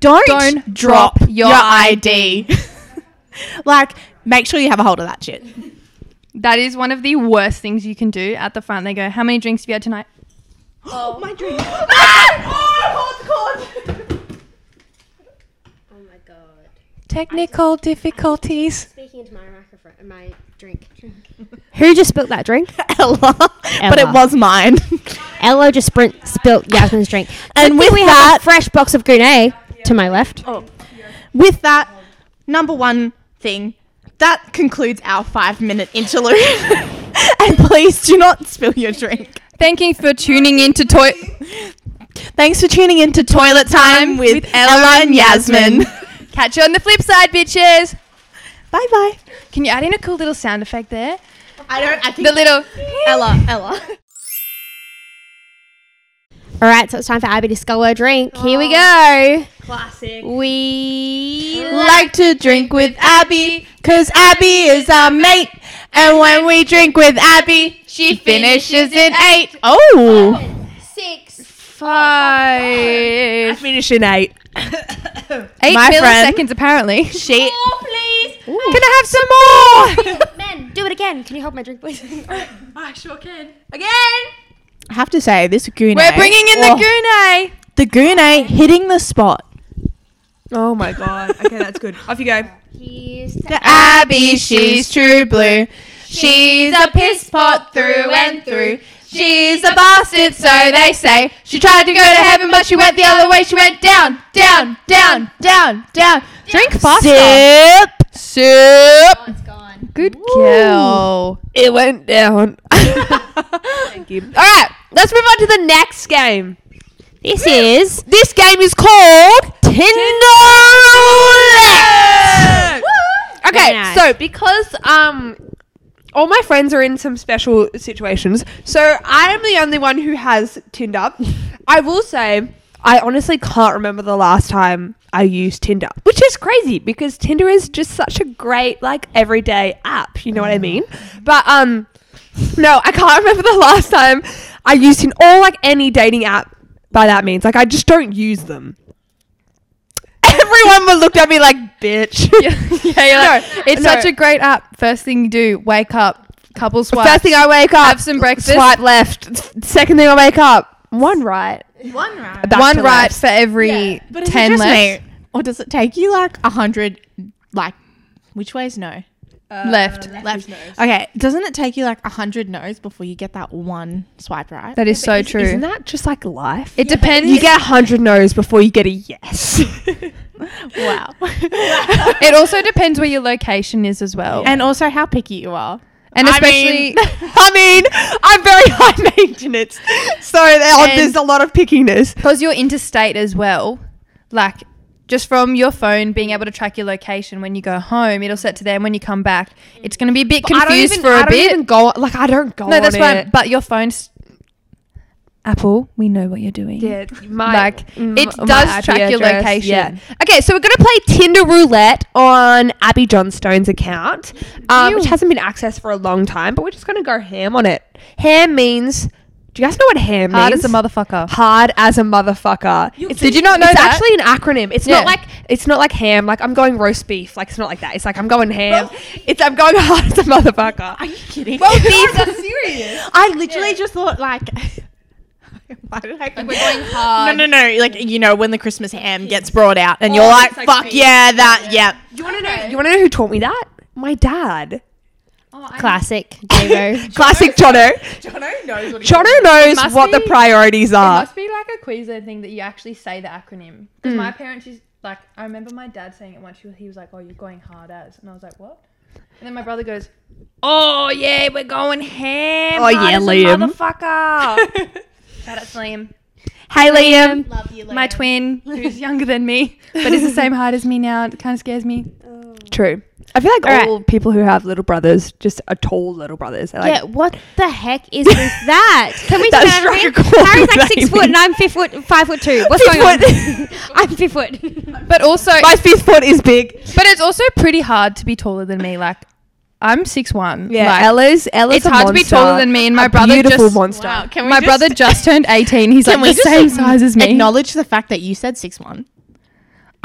[SPEAKER 4] Don't,
[SPEAKER 5] Don't
[SPEAKER 4] drop,
[SPEAKER 5] drop
[SPEAKER 4] your,
[SPEAKER 5] your
[SPEAKER 4] ID. like, make sure you have a hold of that shit.
[SPEAKER 5] That is one of the worst things you can do at the front. They go, How many drinks have you had tonight?
[SPEAKER 4] My dream.
[SPEAKER 7] Oh my god.
[SPEAKER 5] Technical difficulties.
[SPEAKER 7] Speaking into my microphone, uh, my drink.
[SPEAKER 2] Who just spilt that drink?
[SPEAKER 4] Ella. But it
[SPEAKER 2] Ella.
[SPEAKER 4] was mine.
[SPEAKER 2] Ella just sprint, spilt Yasmin's drink.
[SPEAKER 4] And
[SPEAKER 2] Quickly,
[SPEAKER 4] with
[SPEAKER 2] we
[SPEAKER 4] that-
[SPEAKER 2] have a fresh box of Grenade to my left.
[SPEAKER 4] With that, number one thing, that concludes our five minute interlude. and please do not spill your drink.
[SPEAKER 5] Thank you for tuning in to Toy.
[SPEAKER 4] Thanks for tuning in to Toilet Time with, Ella and Yasmin.
[SPEAKER 5] Catch you on the flip side, bitches.
[SPEAKER 4] bye bye.
[SPEAKER 5] Can you add in a cool little sound effect there?
[SPEAKER 4] I don't. I think
[SPEAKER 5] The little.
[SPEAKER 4] Ella. Ella.
[SPEAKER 2] All right, so it's time for Abby to scull her drink. Here we go.
[SPEAKER 7] Classic.
[SPEAKER 2] We
[SPEAKER 4] Like to drink with Abby, cause Abby is our mate. And when we drink with Abby, she finishes in eight. Oh.
[SPEAKER 7] Six.
[SPEAKER 1] I finish in eight.
[SPEAKER 5] Eight
[SPEAKER 4] My friend.
[SPEAKER 5] milliseconds, apparently.
[SPEAKER 4] She.
[SPEAKER 7] Oh, please.
[SPEAKER 4] Can I have some more?
[SPEAKER 7] Men, do it again. Can you hold my drink, please?
[SPEAKER 4] I have to say, this Gune. Oh,
[SPEAKER 5] We're bringing in the Gune.
[SPEAKER 4] The Gune hitting the spot.
[SPEAKER 1] Oh my god. Okay, that's good. Off you go.
[SPEAKER 7] Here's
[SPEAKER 4] Abby, she's true blue. She's a piss pot through and through.
[SPEAKER 5] She's a bastard, so they say. She tried to go to heaven, but she went the other way. She went down, down, down, down, down. Drink faster.
[SPEAKER 4] Sip, sip.
[SPEAKER 7] It's gone.
[SPEAKER 5] Good girl.
[SPEAKER 1] It went down. Thank you. All right, let's move on to the next game.
[SPEAKER 2] this is
[SPEAKER 1] This game is called Tinder Roulette. Okay,
[SPEAKER 2] Very nice.
[SPEAKER 1] so because um, all my friends are in some special situations, so I am the only one who has Tinder. I will say, I honestly can't remember the last time I used Tinder, which is crazy because Tinder is just such a great like everyday app. You know
[SPEAKER 5] Mm.
[SPEAKER 1] what I mean? But um, no, I can't remember the last time I used Tinder or like any dating app by that means. Like I just don't use them. Everyone looked at me like, bitch.
[SPEAKER 5] Yeah, you're like,
[SPEAKER 1] No,
[SPEAKER 5] it's
[SPEAKER 1] no.
[SPEAKER 5] such a great app. First thing you do, wake up, couple swipes.
[SPEAKER 1] First thing I wake up,
[SPEAKER 5] Have some breakfast.
[SPEAKER 1] Swipe left. Second thing I wake up, one right,
[SPEAKER 6] One round.
[SPEAKER 1] back
[SPEAKER 5] one
[SPEAKER 1] to
[SPEAKER 5] right
[SPEAKER 1] left.
[SPEAKER 5] for every ten left.
[SPEAKER 4] Or does it take you like a hundred? Like, which ways no?
[SPEAKER 5] left.
[SPEAKER 4] Left. Okay. Doesn't it take you like a hundred no's before you get that one swipe right?
[SPEAKER 5] That is so true.
[SPEAKER 1] Isn't that just like life?
[SPEAKER 5] it depends.
[SPEAKER 1] you get a hundred no's before you get a yes.
[SPEAKER 4] Wow.
[SPEAKER 5] it also depends where your location is as well, and,
[SPEAKER 4] and also how picky you are.
[SPEAKER 5] especially
[SPEAKER 1] I mean, I'm very high maintenance, so there-
[SPEAKER 5] And-
[SPEAKER 1] there's a lot of pickiness.
[SPEAKER 5] because you're interstate as well. Like just from your phone being able to track your location when you go home, it'll set to there. And when you come back, it's going to be a bit
[SPEAKER 1] I don't
[SPEAKER 5] confused
[SPEAKER 1] even,
[SPEAKER 5] for
[SPEAKER 1] I
[SPEAKER 5] a
[SPEAKER 1] don't
[SPEAKER 5] bit.
[SPEAKER 1] even go like I don't go.
[SPEAKER 5] no, that's
[SPEAKER 1] on
[SPEAKER 5] fine.
[SPEAKER 1] it.
[SPEAKER 5] But your phone's Apple. We know what you're doing.
[SPEAKER 1] Yeah, my,
[SPEAKER 5] Like,
[SPEAKER 1] m-
[SPEAKER 5] it
[SPEAKER 1] my
[SPEAKER 5] does
[SPEAKER 1] IP
[SPEAKER 5] track your
[SPEAKER 1] address,
[SPEAKER 5] location.
[SPEAKER 1] Okay, so we're gonna play Tinder roulette on Abby Johnstone's account, um, which hasn't been accessed for a long time, but we're just gonna go ham on it. Ham means. Do you guys know what ham
[SPEAKER 5] Hard
[SPEAKER 1] means?
[SPEAKER 5] as a motherfucker.
[SPEAKER 1] Hard as a motherfucker. It's-
[SPEAKER 5] Did you not know
[SPEAKER 1] it's
[SPEAKER 5] that?
[SPEAKER 1] actually an acronym. It's not
[SPEAKER 5] Yeah.
[SPEAKER 1] like it's not like ham. Like I'm going roast beef. Like it's not like that. It's like I'm going ham. it's I'm going hard as a motherfucker.
[SPEAKER 4] Are you kidding?
[SPEAKER 1] Well, these are
[SPEAKER 4] serious. I literally just thought like. Why did I we're going
[SPEAKER 5] hard.
[SPEAKER 4] No, no, no. Like Uh, you know, when the Christmas ham gets brought out, and you're like, "Fuck yeah, that yeah."
[SPEAKER 1] You want to know? You want to know who taught me that? My dad.
[SPEAKER 2] classic Davo.
[SPEAKER 1] Classic Oh, Jono. Jono knows
[SPEAKER 5] Must
[SPEAKER 1] what the
[SPEAKER 5] be-
[SPEAKER 1] priorities
[SPEAKER 5] It
[SPEAKER 1] are.
[SPEAKER 5] must be like a Queensland thing that you actually say the acronym. Because my parents used like I remember my dad saying it once. He was, he was like, "Oh, you're going hard as," and I was like, "What?" And then my brother goes, "Oh yeah, we're going ham.
[SPEAKER 1] Oh,
[SPEAKER 5] hard
[SPEAKER 1] yeah,
[SPEAKER 5] as a
[SPEAKER 1] Liam."
[SPEAKER 5] motherfucker." Shout out to Liam,
[SPEAKER 1] Hey Liam.
[SPEAKER 7] Love you,
[SPEAKER 5] my twin, who's younger than me, but is the same height as me now. It kind of scares me.
[SPEAKER 1] True. I feel like
[SPEAKER 2] Alright.
[SPEAKER 1] all people who have little brothers just are tall little brothers. They're
[SPEAKER 2] yeah,
[SPEAKER 1] like,
[SPEAKER 2] what the heck is with that? Can we
[SPEAKER 1] That
[SPEAKER 2] turn
[SPEAKER 1] struck
[SPEAKER 2] around?
[SPEAKER 1] a chord
[SPEAKER 2] Harry's
[SPEAKER 1] with
[SPEAKER 2] like six
[SPEAKER 1] Amy.
[SPEAKER 2] foot and I'm fifth foot, five foot two. What's
[SPEAKER 1] Fifth
[SPEAKER 2] going
[SPEAKER 1] foot.
[SPEAKER 2] on? I'm fifth foot.
[SPEAKER 5] But also,
[SPEAKER 1] my fifth foot is big.
[SPEAKER 5] but it's also pretty hard to be taller than me. Like I'm six one.
[SPEAKER 1] Yeah, Ella's Ella's
[SPEAKER 5] It's
[SPEAKER 1] a
[SPEAKER 5] hard to be
[SPEAKER 1] monster.
[SPEAKER 5] taller than me, and my
[SPEAKER 1] A
[SPEAKER 5] brother
[SPEAKER 1] beautiful
[SPEAKER 5] just-
[SPEAKER 1] monster.
[SPEAKER 6] Wow. Can we
[SPEAKER 5] my
[SPEAKER 6] just-
[SPEAKER 5] brother just turned 18. He's like
[SPEAKER 6] Can we
[SPEAKER 5] the
[SPEAKER 6] just,
[SPEAKER 5] same
[SPEAKER 6] like,
[SPEAKER 5] size as me.
[SPEAKER 6] Acknowledge the fact that you said six one.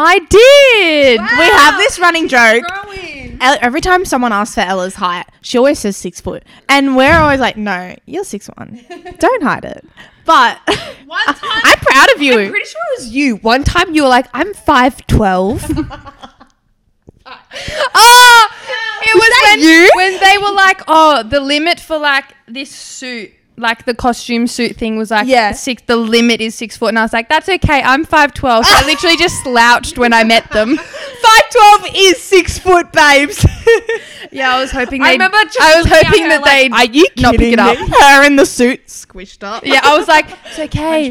[SPEAKER 5] I did.
[SPEAKER 4] We have this running joke. El- Every time someone asks for Ella's height, she always says six foot, and we're always like, "No, you're six one. Don't hide it." But
[SPEAKER 6] One time-
[SPEAKER 4] I'm proud of
[SPEAKER 1] I'm
[SPEAKER 4] you.
[SPEAKER 1] pretty sure it was you. One time you were like, I'm five twelve.
[SPEAKER 5] Oh, it was, when, when they were like, oh, the limit for like this suit, like the costume suit thing was like
[SPEAKER 1] Yeah.
[SPEAKER 5] six. The limit is six foot, and I was like, that's okay. I'm five twelve. So I literally just slouched when I met them.
[SPEAKER 1] Five twelve is six foot, babes.
[SPEAKER 5] Yeah, I was hoping.
[SPEAKER 1] I
[SPEAKER 5] they'd-
[SPEAKER 1] remember. Just
[SPEAKER 5] I was
[SPEAKER 1] looking at
[SPEAKER 5] hoping
[SPEAKER 1] her
[SPEAKER 5] that
[SPEAKER 1] like,
[SPEAKER 5] they'd
[SPEAKER 1] Are you
[SPEAKER 5] not pick
[SPEAKER 1] kidding
[SPEAKER 5] it up.
[SPEAKER 1] me?
[SPEAKER 4] Her in the suit, squished up.
[SPEAKER 5] Yeah, I was like, it's okay.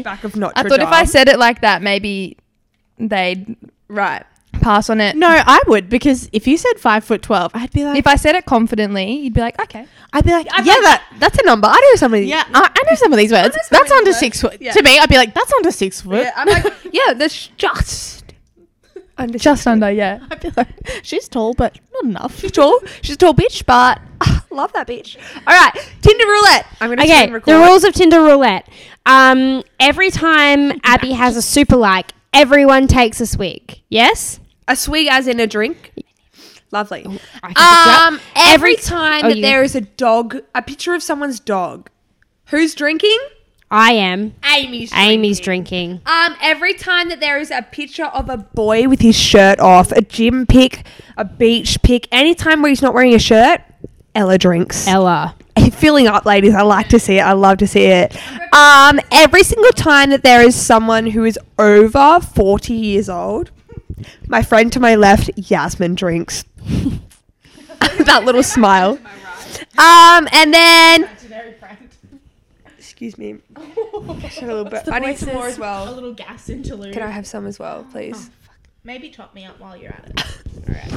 [SPEAKER 1] Back of Notre
[SPEAKER 5] I thought if I
[SPEAKER 1] Dame.
[SPEAKER 5] said it like that, maybe they'd right pass on it.
[SPEAKER 4] No, I would because if you said five foot twelve, I'd be like,
[SPEAKER 5] If I said it confidently, you'd be like, okay.
[SPEAKER 4] I'd be like, yeah,
[SPEAKER 1] yeah,
[SPEAKER 4] that,
[SPEAKER 1] that that's a number. I know somebody.
[SPEAKER 4] yeah, I, I know some of these words. That's under six foot. To me, I'd be like, that's under six foot.
[SPEAKER 1] I'm like, yeah, that's just. Under
[SPEAKER 5] Just under, yeah.
[SPEAKER 4] I'd be like, she's tall, but not enough.
[SPEAKER 1] She's tall. She's a tall bitch, but love that bitch. All right, Tinder roulette. I'm gonna
[SPEAKER 2] Okay,
[SPEAKER 1] screen
[SPEAKER 2] the rules of Tinder roulette. Um, every time Abby has a super like, everyone takes a swig. Yes.
[SPEAKER 1] a swig as in a drink. Lovely.
[SPEAKER 2] Oh, can
[SPEAKER 1] Um, every
[SPEAKER 2] Every-
[SPEAKER 1] time
[SPEAKER 2] Oh,
[SPEAKER 1] that
[SPEAKER 2] you-
[SPEAKER 1] there is a dog, a picture of someone's dog, who's drinking?
[SPEAKER 2] I am.
[SPEAKER 1] Amy's.
[SPEAKER 2] Amy's drinking.
[SPEAKER 1] Um, every time that there is a picture of a boy with his shirt off, a gym pic, a beach pic, any time where he's not wearing a shirt, Ella drinks.
[SPEAKER 2] Ella.
[SPEAKER 1] filling up ladies i like to see it i love to see it um every single time that there is someone who is over 40 years old my friend to my left yasmin drinks that little smile um and then excuse me Just a little bit. i need some more as
[SPEAKER 6] A
[SPEAKER 1] well
[SPEAKER 6] little gas interlude. Oh.
[SPEAKER 1] can i have some as well please
[SPEAKER 6] Maybe chop me up while you're at it.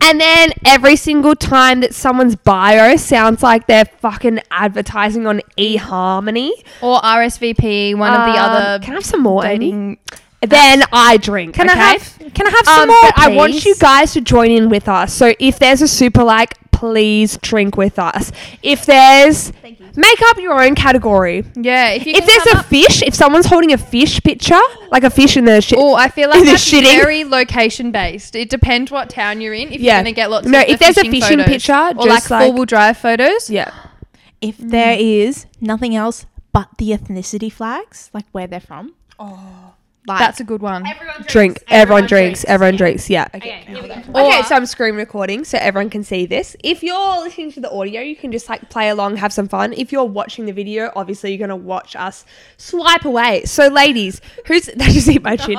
[SPEAKER 1] And then every single time that someone's bio sounds like they're fucking advertising on eHarmony.
[SPEAKER 5] Or RSVP, one of the
[SPEAKER 1] Um,
[SPEAKER 5] other.
[SPEAKER 1] Can I have some more, Amy?
[SPEAKER 5] dating-
[SPEAKER 1] Then I drink. Can
[SPEAKER 5] I
[SPEAKER 1] have? Can I have some
[SPEAKER 2] Um,
[SPEAKER 1] more?
[SPEAKER 2] but
[SPEAKER 1] I want you
[SPEAKER 2] please-
[SPEAKER 1] guys to join in with us. So if there's a super like, please drink with us. If there's, make up your own category.
[SPEAKER 5] Yeah, if you
[SPEAKER 1] If
[SPEAKER 5] can
[SPEAKER 1] there's
[SPEAKER 5] come
[SPEAKER 1] a
[SPEAKER 5] up-
[SPEAKER 1] fish, if someone's holding a fish picture, like a fish in the shit.
[SPEAKER 5] Oh, I feel
[SPEAKER 1] in
[SPEAKER 5] like
[SPEAKER 1] the
[SPEAKER 5] that's
[SPEAKER 1] shitting.
[SPEAKER 5] very location based. It depends what town you're in. If
[SPEAKER 1] Yeah.
[SPEAKER 5] you're gonna get lots
[SPEAKER 1] No,
[SPEAKER 5] of the
[SPEAKER 1] if there's a
[SPEAKER 5] fishing
[SPEAKER 1] fishing
[SPEAKER 5] photos.
[SPEAKER 1] picture,
[SPEAKER 5] or
[SPEAKER 1] just
[SPEAKER 5] like,
[SPEAKER 1] like-
[SPEAKER 5] four wheel drive photos.
[SPEAKER 1] Yeah.
[SPEAKER 4] If there is nothing else but the ethnicity flags, like where they're from. Oh, like,
[SPEAKER 5] That's a good one.
[SPEAKER 7] Everyone drinks.
[SPEAKER 1] Drink. Everyone, drinks. Everyone drinks. Yeah. Okay.
[SPEAKER 7] Okay, here we go.
[SPEAKER 1] Okay, so I'm screen recording so everyone can see this. If you're listening to the audio, you can just like play along, have some fun. If you're watching the video, obviously you're gonna watch us swipe away. So, ladies, who's that? Just hit my chin.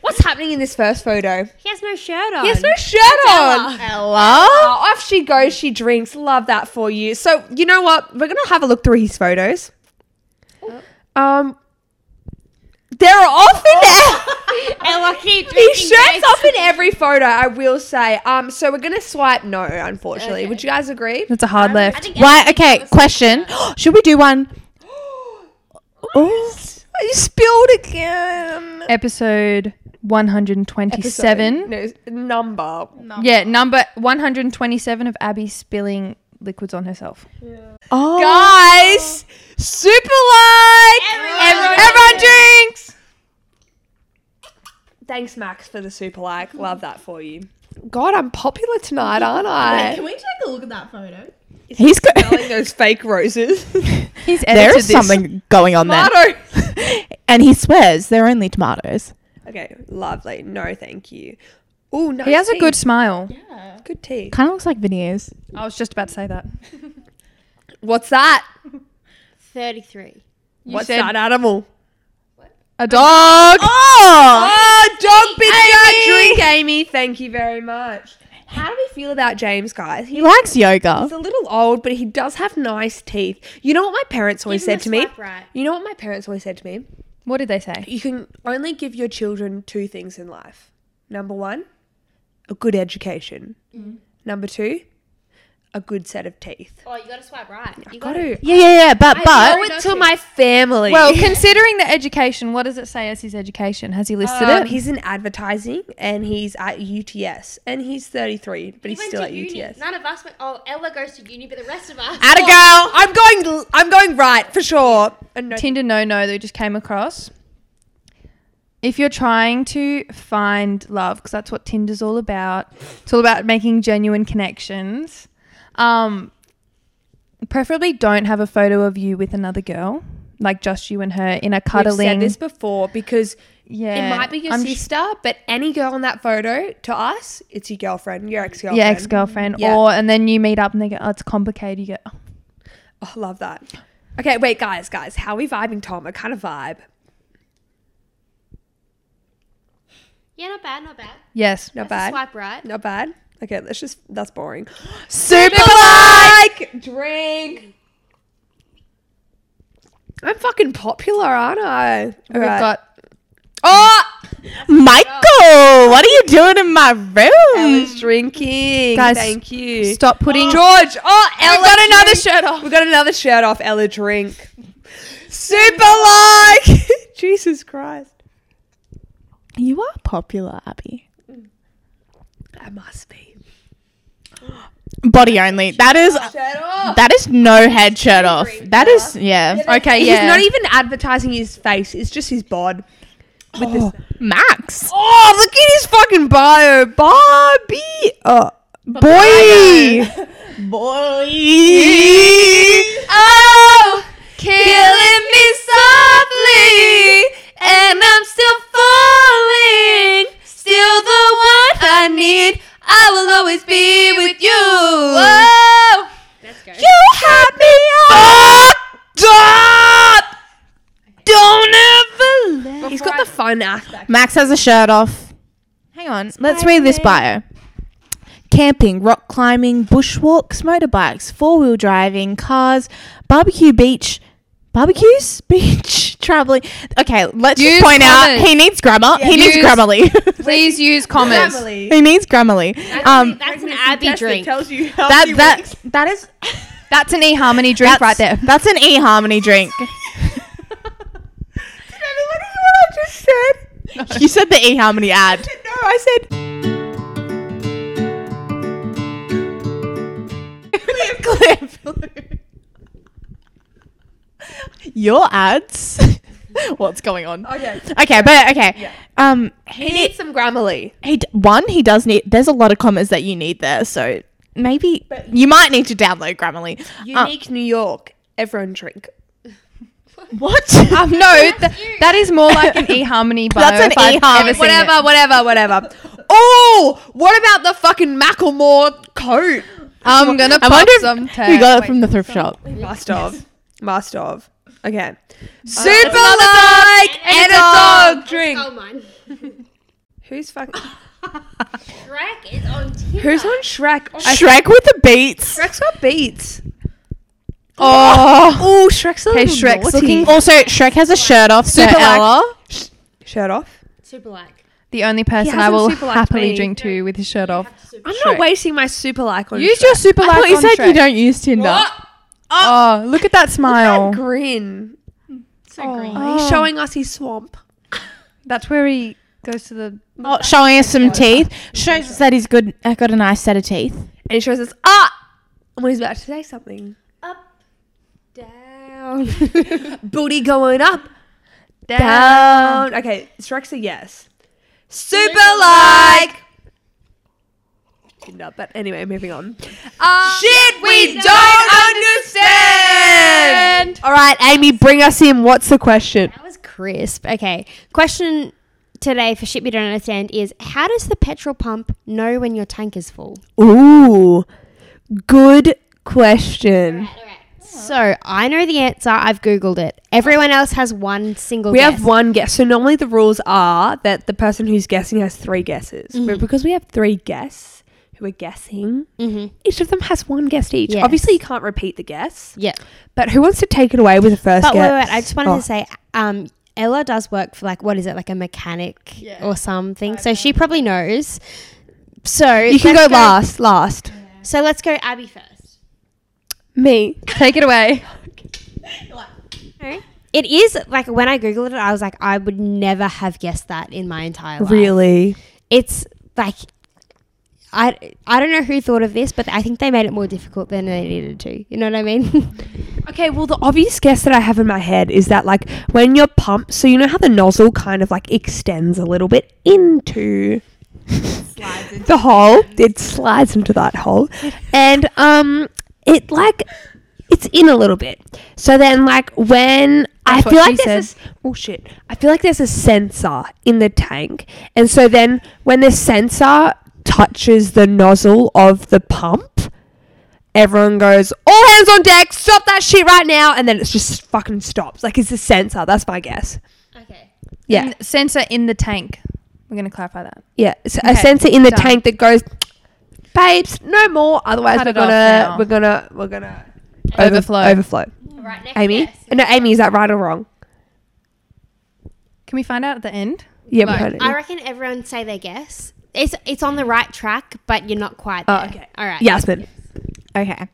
[SPEAKER 1] What's happening in this first photo?
[SPEAKER 7] He has no shirt on.
[SPEAKER 1] Yes,
[SPEAKER 2] Oh,
[SPEAKER 1] no shirt on.
[SPEAKER 4] Ella.
[SPEAKER 1] Oh, off she goes. She drinks. Love that for you. So you know what? We're gonna have a look through his photos. Um, they're off in there.
[SPEAKER 7] Ella, keep
[SPEAKER 1] His
[SPEAKER 7] drinking.
[SPEAKER 1] shirt's off in every photo, I will say. Um, so we're gonna swipe no, unfortunately. Would you guys agree?
[SPEAKER 5] That's a hard left.
[SPEAKER 4] Why? Okay, question. Should we do one? Oh,
[SPEAKER 1] Oh, you spilled again.
[SPEAKER 5] Episode 127.
[SPEAKER 1] Sorry. No, number.
[SPEAKER 5] Yeah, number 127 of Abby spilling liquids on herself.
[SPEAKER 4] oh.
[SPEAKER 1] Guys, super like. Everyone, drinks. Thanks, Max, for the super like. Love that for you. God, I'm popular tonight, aren't I?
[SPEAKER 6] Can we take a look at that photo?
[SPEAKER 4] He's got.
[SPEAKER 1] Smelling those fake roses.
[SPEAKER 5] He's
[SPEAKER 4] there is something going on there,
[SPEAKER 1] Tomato.
[SPEAKER 4] and he swears they're only tomatoes.
[SPEAKER 1] okay, lovely. No, thank you. Oh, nice.
[SPEAKER 5] He has a
[SPEAKER 1] tea.
[SPEAKER 5] good smile.
[SPEAKER 1] good tea.
[SPEAKER 4] Kind of looks like veneers.
[SPEAKER 5] I was just about to say that.
[SPEAKER 1] What's that?
[SPEAKER 7] 33.
[SPEAKER 5] You
[SPEAKER 1] What's
[SPEAKER 5] said
[SPEAKER 1] that animal?
[SPEAKER 5] a dog.
[SPEAKER 1] Oh, dog bitch, drink, Amy. Thank you very much. How do we feel about James, guys?
[SPEAKER 4] He
[SPEAKER 1] He's
[SPEAKER 4] likes yoga.
[SPEAKER 1] a little old, but he does have nice teeth. You know what my parents always
[SPEAKER 7] him
[SPEAKER 1] said
[SPEAKER 7] a
[SPEAKER 1] to me?
[SPEAKER 7] swipe right.
[SPEAKER 1] You know what my parents always said to me?
[SPEAKER 5] What did they say?
[SPEAKER 1] You can only give your children two things in life. Number one, a good education. Number two, a good set of teeth.
[SPEAKER 7] Mm-hmm. Oh, you gotta swipe right. You
[SPEAKER 1] Got
[SPEAKER 7] gotta.
[SPEAKER 1] to. Yeah, yeah, yeah. But
[SPEAKER 7] I
[SPEAKER 1] but
[SPEAKER 7] owe it to my
[SPEAKER 1] family.
[SPEAKER 5] Well, considering the education, what does it say as his education? Has he listed
[SPEAKER 1] Um,
[SPEAKER 5] it?
[SPEAKER 1] he's in advertising and he's at UTS and he's 33, but
[SPEAKER 7] You
[SPEAKER 1] he's
[SPEAKER 7] went
[SPEAKER 1] still
[SPEAKER 7] to
[SPEAKER 1] at
[SPEAKER 7] uni.
[SPEAKER 1] UTS.
[SPEAKER 7] None of us went. Oh, Ella goes to uni, but the rest of us.
[SPEAKER 1] At a girl, I'm going. I'm going right for sure. And no,
[SPEAKER 5] Tinder no no that we just came across. If you're trying to find love, because that's what Tinder's all about, it's all about making genuine connections. Um, preferably, don't have a photo of you with another girl, like just you and her in a
[SPEAKER 1] we've
[SPEAKER 5] cuddling.
[SPEAKER 1] said this before because
[SPEAKER 5] yeah,
[SPEAKER 1] it might be your
[SPEAKER 5] I'm sh-
[SPEAKER 1] sister, but any girl in that photo to us, it's your girlfriend, your ex girlfriend.
[SPEAKER 5] your ex girlfriend,
[SPEAKER 1] Yeah.
[SPEAKER 5] or and then you meet up and they go, "Oh, it's complicated." You go, "Oh,
[SPEAKER 1] Oh, love that. Okay, wait, guys, guys, how are we vibing, Tom? A kind of vibe.
[SPEAKER 7] Yeah, not bad, not bad.
[SPEAKER 5] "Yes,
[SPEAKER 1] Not
[SPEAKER 7] That's a
[SPEAKER 1] bad.
[SPEAKER 7] Swipe right.
[SPEAKER 1] Not bad. Okay, let's just. That's boring. Super like drink. I'm fucking popular, aren't I? All
[SPEAKER 5] we've
[SPEAKER 1] right.
[SPEAKER 5] got."
[SPEAKER 1] Oh,
[SPEAKER 4] Michael, what are you doing in my room?
[SPEAKER 1] Ella's drinking.
[SPEAKER 5] Guys,
[SPEAKER 1] thank you.
[SPEAKER 5] Stop putting.
[SPEAKER 1] George. Oh, Ella.
[SPEAKER 5] got another
[SPEAKER 1] shirt off. We got another shirt off. Ella drink. Super like. Jesus Christ.
[SPEAKER 4] You are popular, Abby.
[SPEAKER 1] I must be.
[SPEAKER 4] Body only. That is
[SPEAKER 1] Shirt off.
[SPEAKER 4] that is no head shirt off. That is yeah.
[SPEAKER 5] Okay,
[SPEAKER 1] He's
[SPEAKER 5] yeah.
[SPEAKER 1] not even advertising his face. It's just his bod. With this.
[SPEAKER 4] Max.
[SPEAKER 1] Oh, look at his fucking bio, Barbie. Uh, boy,
[SPEAKER 4] Boy.
[SPEAKER 1] oh, killing me softly, and I'm still falling. Still the one I need. I will always be with you. Whoa,
[SPEAKER 7] Let's go.
[SPEAKER 1] you have me fucked up. Don't ever. Let He's got the fun aspect.
[SPEAKER 4] Max has a shirt off. Hang on. Let's read this bio. Camping, rock climbing, bushwalks, motorbikes, four wheel driving, cars, barbecue beach, barbecues, beach, traveling. Okay, let's just
[SPEAKER 5] Use
[SPEAKER 4] point out
[SPEAKER 5] comments.
[SPEAKER 4] he needs grammar. he needs
[SPEAKER 5] Use-
[SPEAKER 4] grammarly.
[SPEAKER 5] Please use commas.
[SPEAKER 4] he needs grammarly. Um,
[SPEAKER 7] That's an Abby drink.
[SPEAKER 1] tells you
[SPEAKER 4] that that that is
[SPEAKER 5] That's an eHarmony drink
[SPEAKER 4] that's,
[SPEAKER 5] right there.
[SPEAKER 4] That's an eHarmony drink. You said the eHarmony
[SPEAKER 1] No,
[SPEAKER 4] ad.
[SPEAKER 1] I said.
[SPEAKER 4] Your ads. What's going on? Okay. Okay, but okay. Um, he,
[SPEAKER 1] He needs some Grammarly.
[SPEAKER 4] he d- one he does need. There's a lot of commas that you need there, so maybe you might need to download Grammarly. Um,
[SPEAKER 1] Unique New York. Everyone drink.
[SPEAKER 4] what?
[SPEAKER 5] Um, no, th- that is more like an eHarmony bio.
[SPEAKER 4] That's an
[SPEAKER 5] if I've
[SPEAKER 4] eHarmony.
[SPEAKER 5] ever seen it.
[SPEAKER 1] Whatever, whatever, whatever. oh, what about the fucking Macklemore coat?
[SPEAKER 5] I'm gonna
[SPEAKER 4] I
[SPEAKER 5] pop
[SPEAKER 4] wonder if
[SPEAKER 5] some
[SPEAKER 4] we
[SPEAKER 5] tags.
[SPEAKER 4] got it from the thrift shop.
[SPEAKER 1] Must of. Must of. Okay. Super like and a dog drink.
[SPEAKER 7] Oh, mine.
[SPEAKER 1] Who's fucking?
[SPEAKER 7] Shrek is on Tinder.
[SPEAKER 1] Who's on Shrek? Oh,
[SPEAKER 4] Shrek with the beats.
[SPEAKER 1] Shrek's got beats.
[SPEAKER 4] Oh.
[SPEAKER 1] Oh, Shrek's a
[SPEAKER 5] Hey,
[SPEAKER 1] little
[SPEAKER 5] Shrek's
[SPEAKER 1] naughty. Oh.
[SPEAKER 5] looking-
[SPEAKER 4] Also, Shrek has a shirt off. Super
[SPEAKER 5] Super like-
[SPEAKER 4] Ella.
[SPEAKER 1] Shirt off.
[SPEAKER 7] Super like.
[SPEAKER 5] The only person I
[SPEAKER 1] hasn't
[SPEAKER 5] will
[SPEAKER 1] super liked
[SPEAKER 5] happily
[SPEAKER 1] me.
[SPEAKER 5] drink to with his shirt off.
[SPEAKER 1] I'm
[SPEAKER 5] Shrek.
[SPEAKER 1] not wasting my super like on.
[SPEAKER 5] Use
[SPEAKER 1] Shrek.
[SPEAKER 5] your super
[SPEAKER 4] I
[SPEAKER 5] like
[SPEAKER 4] thought you
[SPEAKER 5] on
[SPEAKER 4] said you
[SPEAKER 5] Shrek.
[SPEAKER 4] don't use Tinder.
[SPEAKER 5] Oh, look at that smile.
[SPEAKER 1] That grin. Oh.
[SPEAKER 6] So green.
[SPEAKER 1] He's showing us his swamp.
[SPEAKER 5] That's where he goes to the.
[SPEAKER 4] Oh, showing us some teeth. Shows us that he's good. I got a nice set of teeth.
[SPEAKER 1] And he shows us ah, and when he's about to say something,
[SPEAKER 7] Up, down.
[SPEAKER 1] booty going up, down. Okay, Shrek's a yes. Super like. No, but anyway, moving on. Um, Shit, we don't understand. All right, Amy, bring us in. What's the question?
[SPEAKER 2] That was crisp. Okay. Question today for shit we don't understand is how does the petrol pump know when your tank is full?
[SPEAKER 1] Ooh, good question.
[SPEAKER 7] All right.
[SPEAKER 2] So I know the answer. I've googled it. Everyone else has one single.
[SPEAKER 1] We
[SPEAKER 2] guess.
[SPEAKER 1] have one guess. So normally the rules are that the person who's guessing has three guesses, but because we have three guests who are guessing,
[SPEAKER 2] Mm-hmm.
[SPEAKER 1] each of them has one guess each.
[SPEAKER 2] Yes.
[SPEAKER 1] Obviously, you can't repeat the guess.
[SPEAKER 2] Yeah.
[SPEAKER 1] But who wants to take it away with the first
[SPEAKER 2] But wait,
[SPEAKER 1] guess?
[SPEAKER 2] wait, wait. I just wanted
[SPEAKER 1] Oh.
[SPEAKER 2] to say, um, Ella does work for like what is it, like a mechanic or something. So she probably knows. So
[SPEAKER 1] You can go
[SPEAKER 2] let's
[SPEAKER 1] last. Last.
[SPEAKER 2] So let's go Abby first.
[SPEAKER 1] Me.
[SPEAKER 5] Take it away.
[SPEAKER 2] It is like when I googled it, I was like, I would never have guessed that in my entire life.
[SPEAKER 1] Really?
[SPEAKER 2] It's like. I, I don't know who thought of this, but I think they made it more difficult than they needed to. You know what I mean?
[SPEAKER 1] Okay, well, the obvious guess that I have in my head is that, like, when you're pumped, so you know how the nozzle kind of like extends a little bit into the hole, it slides into that hole, and um, it like it's in a little bit. So then, like, when I
[SPEAKER 5] That's
[SPEAKER 1] feel
[SPEAKER 5] what
[SPEAKER 1] like
[SPEAKER 5] she
[SPEAKER 1] there's this, oh shit, I feel like there's a sensor in the tank, and so then when the sensor touches the nozzle of the pump. Everyone goes, all hands on deck, stop that shit right now. And then it's just fucking stops. Like, it's the sensor. That's my guess.
[SPEAKER 7] Okay.
[SPEAKER 1] Yeah.
[SPEAKER 5] In- sensor in the tank. We're gonna clarify that.
[SPEAKER 1] Yeah, it's a
[SPEAKER 5] Okay,
[SPEAKER 1] sensor in the
[SPEAKER 5] done.
[SPEAKER 1] tank that goes, babes, no more. Otherwise,
[SPEAKER 5] Cut
[SPEAKER 1] we're
[SPEAKER 5] it off
[SPEAKER 1] gonna,
[SPEAKER 5] now.
[SPEAKER 1] we're gonna, we're gonna
[SPEAKER 5] Overflow.
[SPEAKER 1] Overflow.
[SPEAKER 7] Right next.
[SPEAKER 1] Amy,
[SPEAKER 7] guess.
[SPEAKER 1] no, Amy, is that right or wrong?
[SPEAKER 5] Can we find out at the end?
[SPEAKER 1] Yeah,
[SPEAKER 7] No,
[SPEAKER 1] we heard it.
[SPEAKER 7] I reckon everyone say their guess. It's it's on the right track, but you're not quite there.
[SPEAKER 1] Oh, okay.
[SPEAKER 7] All right.
[SPEAKER 1] Yasmin.
[SPEAKER 4] Okay.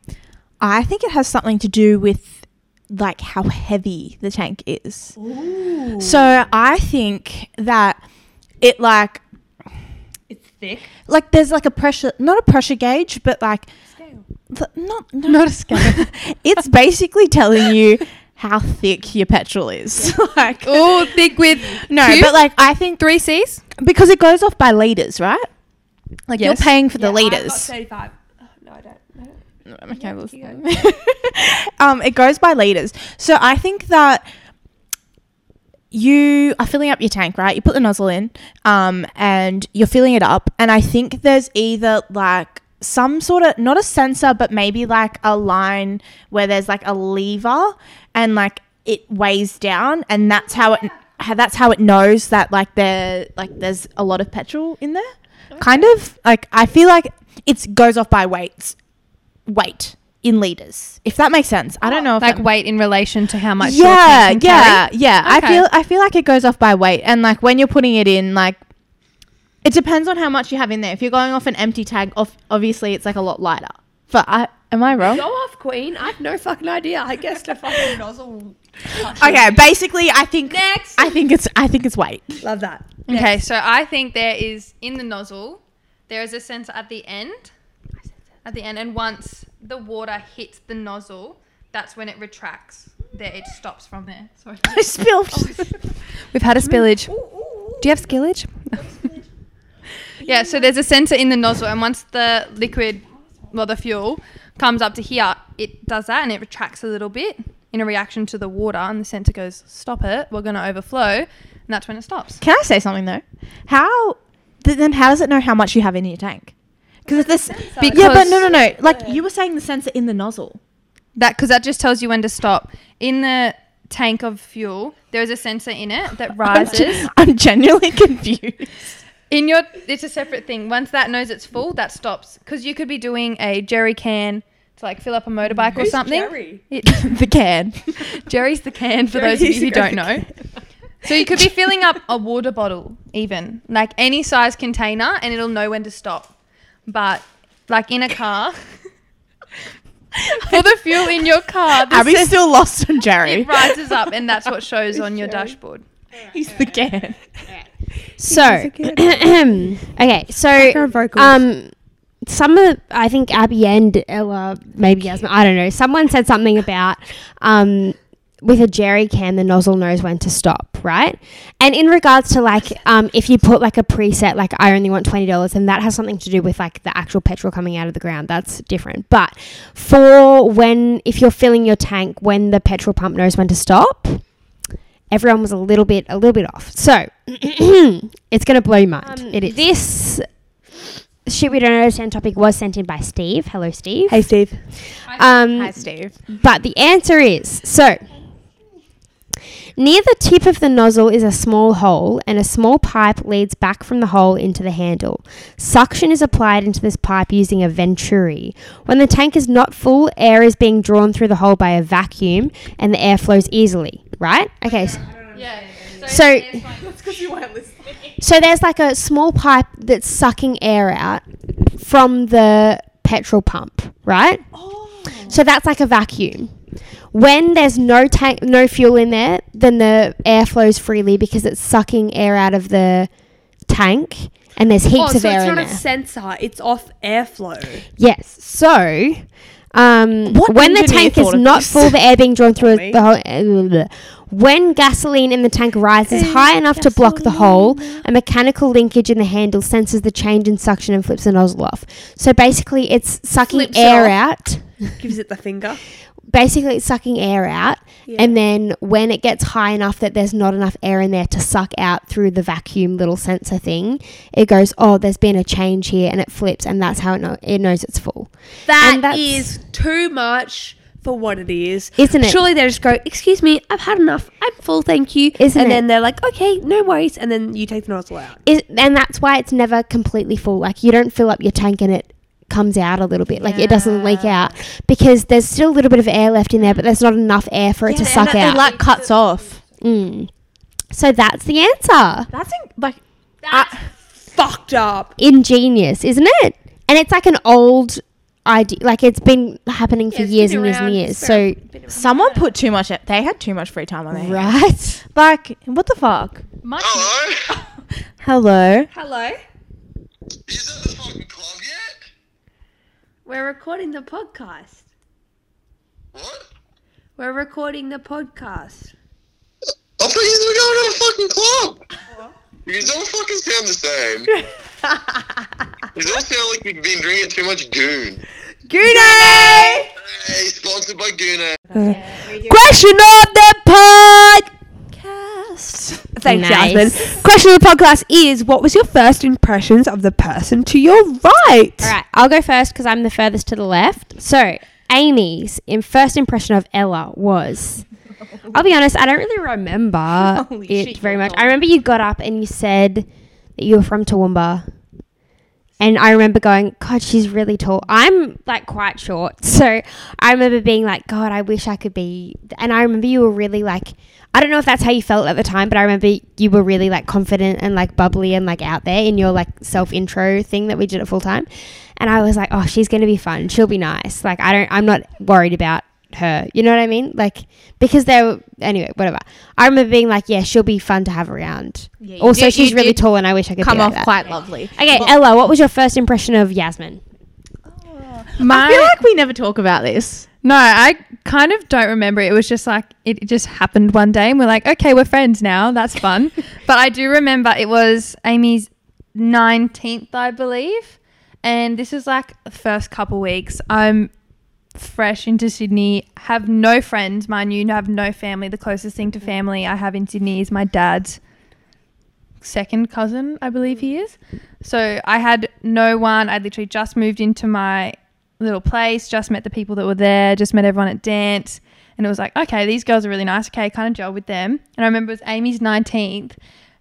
[SPEAKER 4] I think it has something to do with like how heavy the tank is. So I think that it like it's thick. Like there's like a pressure, not a pressure gauge, but like th- not no. not a scale. it's basically telling you how thick your petrol is. like
[SPEAKER 5] Oh, thick with
[SPEAKER 4] no,
[SPEAKER 5] two?
[SPEAKER 4] but like I think
[SPEAKER 5] three C's.
[SPEAKER 4] because it goes off by liters, right? Like you're paying for the liters. Okay, well, um, it goes by liters. So I think that you are filling up your tank, right? You put the nozzle in, um, and you're filling it up. And I think there's either like some sort of not a sensor, but maybe like a line where there's like a lever, and like it weighs down, and that's how it. How that's how it knows that like there like there's a lot of petrol in there, kind of like I feel like it goes off by weights weight in liters. If that makes sense. I don't know if
[SPEAKER 5] Like
[SPEAKER 4] that-
[SPEAKER 5] weight in relation to how much. your
[SPEAKER 4] Yeah,
[SPEAKER 5] tank can
[SPEAKER 4] yeah,
[SPEAKER 5] carry.
[SPEAKER 4] yeah. I
[SPEAKER 5] Okay.
[SPEAKER 4] feel I feel like it goes off by weight and like when you're putting it in like it depends on how much you have in there. If you're going off an empty tag, off obviously it's like a lot lighter. But I am I wrong?
[SPEAKER 1] off, Queen. I have no fucking idea. I guess the fucking nozzle.
[SPEAKER 4] Okay, basically I think I think it's I think it's weight.
[SPEAKER 1] Love that.
[SPEAKER 5] Okay, so I think there is in the nozzle, there is a sensor at the end. At the end, and once the water hits the nozzle, that's when it retracts. There, it stops from there. Sorry. Oh.
[SPEAKER 4] I spilled.
[SPEAKER 5] We've had a spillage. Do you have skillage? yeah, so there's a sensor in the nozzle, and once the liquid, well, the fuel, comes up to here, it does that and it retracts a little bit in a reaction to the water, and the sensor goes, Stop it, we're going to overflow, and that's when it stops.
[SPEAKER 4] Can I say something though? How th- then? How does it know how much you have in your tank? Because this, yeah, but
[SPEAKER 5] Because-
[SPEAKER 4] no, no, no. Like you were saying, the sensor in the nozzle.
[SPEAKER 5] That because that just tells you when to stop. In the tank of fuel, there is a sensor in it that rises.
[SPEAKER 4] I'm genuinely confused.
[SPEAKER 5] in your, it's a separate thing. Once that knows it's full, that stops. Because you could be doing a jerry can to like fill up a motorbike or something. It-
[SPEAKER 4] the can.
[SPEAKER 5] Jerry's the can for those of you who don't know. So you could be filling up a water bottle, even like any size container, and it'll know when to stop. But like in a car, for the fuel in your car, the
[SPEAKER 4] Abby's still lost on Jerry.
[SPEAKER 5] it rises up and that's what shows on your dashboard.
[SPEAKER 4] He's the can.
[SPEAKER 2] So, okay,
[SPEAKER 1] her
[SPEAKER 2] so
[SPEAKER 1] vocals.
[SPEAKER 2] um, some of I think Abby and Ella, maybe Yasmin, I don't know. Someone said something about um, with a jerry can, the nozzle knows when to stop, right? And in regards to like, um, if you put like a preset, like I only want twenty dollars, and that has something to do with like the actual petrol coming out of the ground. That's different. But for when if you're filling your tank, when the petrol pump knows when to stop, everyone was a little bit a little bit off. So it's gonna blow your mind. it is. Um, This shit we don't understand topic was sent in by Steve. Hello, Steve.
[SPEAKER 1] Hey, Steve.
[SPEAKER 2] Um,
[SPEAKER 5] Mm.
[SPEAKER 4] Steve.
[SPEAKER 2] but the answer is so. Near the tip of the nozzle is a small hole, and a small pipe leads back from the hole into the handle. Suction is applied into this pipe using a venturi. When the tank is not full, air is being drawn through the hole by a vacuum, and the air flows easily. Right? Okay. s-
[SPEAKER 5] Yeah.
[SPEAKER 2] so, so there's like a small pipe that's sucking air out from the petrol pump, right? So that's like a vacuum. When there's no tank, no fuel in there, then the air flows freely because it's sucking air out of the tank, and there's heaps
[SPEAKER 1] Oh,
[SPEAKER 2] of
[SPEAKER 1] so
[SPEAKER 2] air
[SPEAKER 1] it's
[SPEAKER 2] in
[SPEAKER 1] not
[SPEAKER 2] there.
[SPEAKER 1] a sensor; it's off airflow.
[SPEAKER 2] yes. So, um,
[SPEAKER 4] What
[SPEAKER 2] when the
[SPEAKER 4] engineer
[SPEAKER 2] tank is
[SPEAKER 4] thought of
[SPEAKER 2] not
[SPEAKER 4] this?
[SPEAKER 2] full, the air being drawn through is the whole. when gasoline in the tank rises high enough to block the hole, a mechanical linkage in the handle senses the change in suction and flips the nozzle off. So basically, it's sucking
[SPEAKER 1] Flips it
[SPEAKER 2] air
[SPEAKER 1] off.
[SPEAKER 2] out.
[SPEAKER 1] Gives it the finger.
[SPEAKER 2] basically it's sucking air out and then when it gets high enough that there's not enough air in there to suck out through the vacuum little sensor thing it goes oh there's been a change here and it flips and that's how it, know- it knows it's full And
[SPEAKER 1] That
[SPEAKER 2] that's-
[SPEAKER 1] is too much for what it is,
[SPEAKER 2] Isn't it?
[SPEAKER 1] Surely they just go, "Excuse me, I've had enough. I'm full, thank you."
[SPEAKER 2] Isn't
[SPEAKER 1] and
[SPEAKER 2] it?
[SPEAKER 1] then they're like, "Okay, no worries," and then you take the nozzle out.
[SPEAKER 2] Is and that's why it's never completely full like you don't fill up your tank and it comes out a little bit like it doesn't leak out because there's still a little bit of air left in there but there's not enough air for it to suck out
[SPEAKER 4] like cuts off.
[SPEAKER 2] Mm. so that's the answer
[SPEAKER 4] That's in, like
[SPEAKER 1] Fucked up.
[SPEAKER 2] ingenious, isn't it? And it's like an old idea, like it's been happening for
[SPEAKER 1] it's
[SPEAKER 2] years
[SPEAKER 1] been
[SPEAKER 2] and years and
[SPEAKER 1] around,
[SPEAKER 2] years.
[SPEAKER 1] it's
[SPEAKER 2] So,
[SPEAKER 4] someone put too much. They had too much free time on their hands.
[SPEAKER 2] right?
[SPEAKER 4] Like what the fuck?
[SPEAKER 8] Hello?
[SPEAKER 4] Hello.
[SPEAKER 1] Hello,
[SPEAKER 8] Is that the fucking club yet?
[SPEAKER 1] we're recording the podcast.
[SPEAKER 8] What?
[SPEAKER 1] We're recording the podcast.
[SPEAKER 8] I thought you were going to a fucking club. You don't fucking sound the same. you don't sound like you've been drinking too much goon.
[SPEAKER 4] Gune.
[SPEAKER 8] Hey, sponsored by Gooner.
[SPEAKER 1] Question of the podcast. Thanks,
[SPEAKER 2] Nice.
[SPEAKER 1] Jasmine. Question of the podcast is: What was your first impressions of the person to your right?
[SPEAKER 2] All right, I'll go first because I'm the furthest to the left. So, Amy's in first impression of Ella was. I'll be honest, I don't really remember it very much. I remember you got up and you said that you were from Toowoomba. And I remember going, God, she's really tall. I'm like quite short. So I remember being like, God, I wish I could be. And I remember you were really like, I don't know if that's how you felt at the time, but I remember you were really like confident and like bubbly and like out there in your like self intro thing that we did at full time. And I was like, oh, she's going to be fun. She'll be nice. Like, I don't, I'm not worried about her. You know what I mean? Like, because they were, anyway, whatever. I remember being like, yeah, she'll be fun to have around.
[SPEAKER 4] you
[SPEAKER 2] also,
[SPEAKER 4] did- you
[SPEAKER 2] she's really
[SPEAKER 4] did
[SPEAKER 2] tall and I wish I could
[SPEAKER 4] Come
[SPEAKER 2] be like
[SPEAKER 4] off
[SPEAKER 2] that.
[SPEAKER 4] quite lovely.
[SPEAKER 2] Okay, Ella, what was your first impression of Yasmin?
[SPEAKER 5] My,
[SPEAKER 4] I feel like we never talk about this.
[SPEAKER 5] no, I kind of don't remember. It was just like it just happened one day, and we're like, okay, we're friends now. That's fun. but I do remember it was Amy's nineteenth, I believe, and this is like the first couple weeks. I'm fresh into Sydney, have no friends, mind you, have no family. The closest thing to family I have in Sydney is my dad's second cousin, I believe he is. So I had no one. I literally just moved into my little place, just met the people that were there, just met everyone at dance. And it was like, okay, these girls are really nice. Okay, kind of gel with them. And I remember it was Amy's 19th.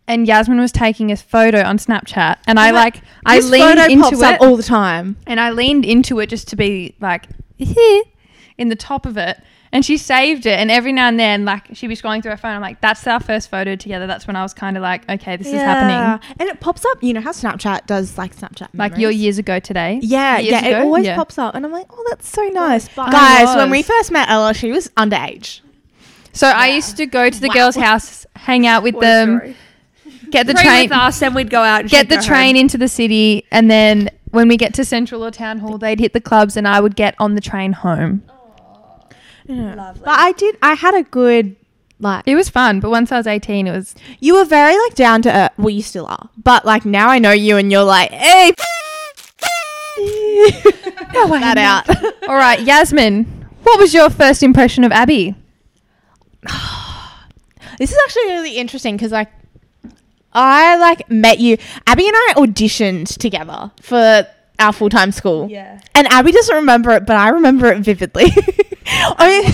[SPEAKER 5] And Yasmin was taking a photo on Snapchat, and I like I
[SPEAKER 4] this
[SPEAKER 5] leaned
[SPEAKER 4] photo
[SPEAKER 5] into
[SPEAKER 4] pops
[SPEAKER 5] it
[SPEAKER 4] up all the time.
[SPEAKER 5] and I leaned into it just to be like in the top of it. And she saved it. And every now and then, like she'd be scrolling through her phone. I'm like, that's our first photo together. That's when I was kind of like, okay, this is happening.
[SPEAKER 4] Yeah. And it pops up. You know how Snapchat does like Snapchat.
[SPEAKER 5] Like
[SPEAKER 4] memories?
[SPEAKER 5] your years ago today.
[SPEAKER 4] Yeah,
[SPEAKER 5] Years
[SPEAKER 4] yeah. It
[SPEAKER 5] ago?
[SPEAKER 4] always
[SPEAKER 5] Yeah.
[SPEAKER 4] pops up, and I'm like, oh, that's so nice.
[SPEAKER 5] I
[SPEAKER 4] Guys, when
[SPEAKER 5] was.
[SPEAKER 4] we first met Ella, she was underage.
[SPEAKER 5] So I used to go to the girls' house, hang out with them, get the train,
[SPEAKER 1] Train with us, and we'd go out. And
[SPEAKER 5] get
[SPEAKER 1] she'd
[SPEAKER 5] the
[SPEAKER 1] go home.
[SPEAKER 5] train into the city, and then when we get to Central or Town Hall, they'd hit the clubs, and I would get on the train home.
[SPEAKER 4] But I did. I had a good like.
[SPEAKER 5] It was fun, but once I was 18, it was
[SPEAKER 4] You were very like down to earth. Well, you still are. But like now I know you, and you're like, hey. that out.
[SPEAKER 5] all right. Yasmin, what was your first impression of Abby?
[SPEAKER 4] This is actually really interesting because like I like met you. Abby and I auditioned together for our full time school. Yeah. And Abby doesn't remember it, but I remember it vividly. only,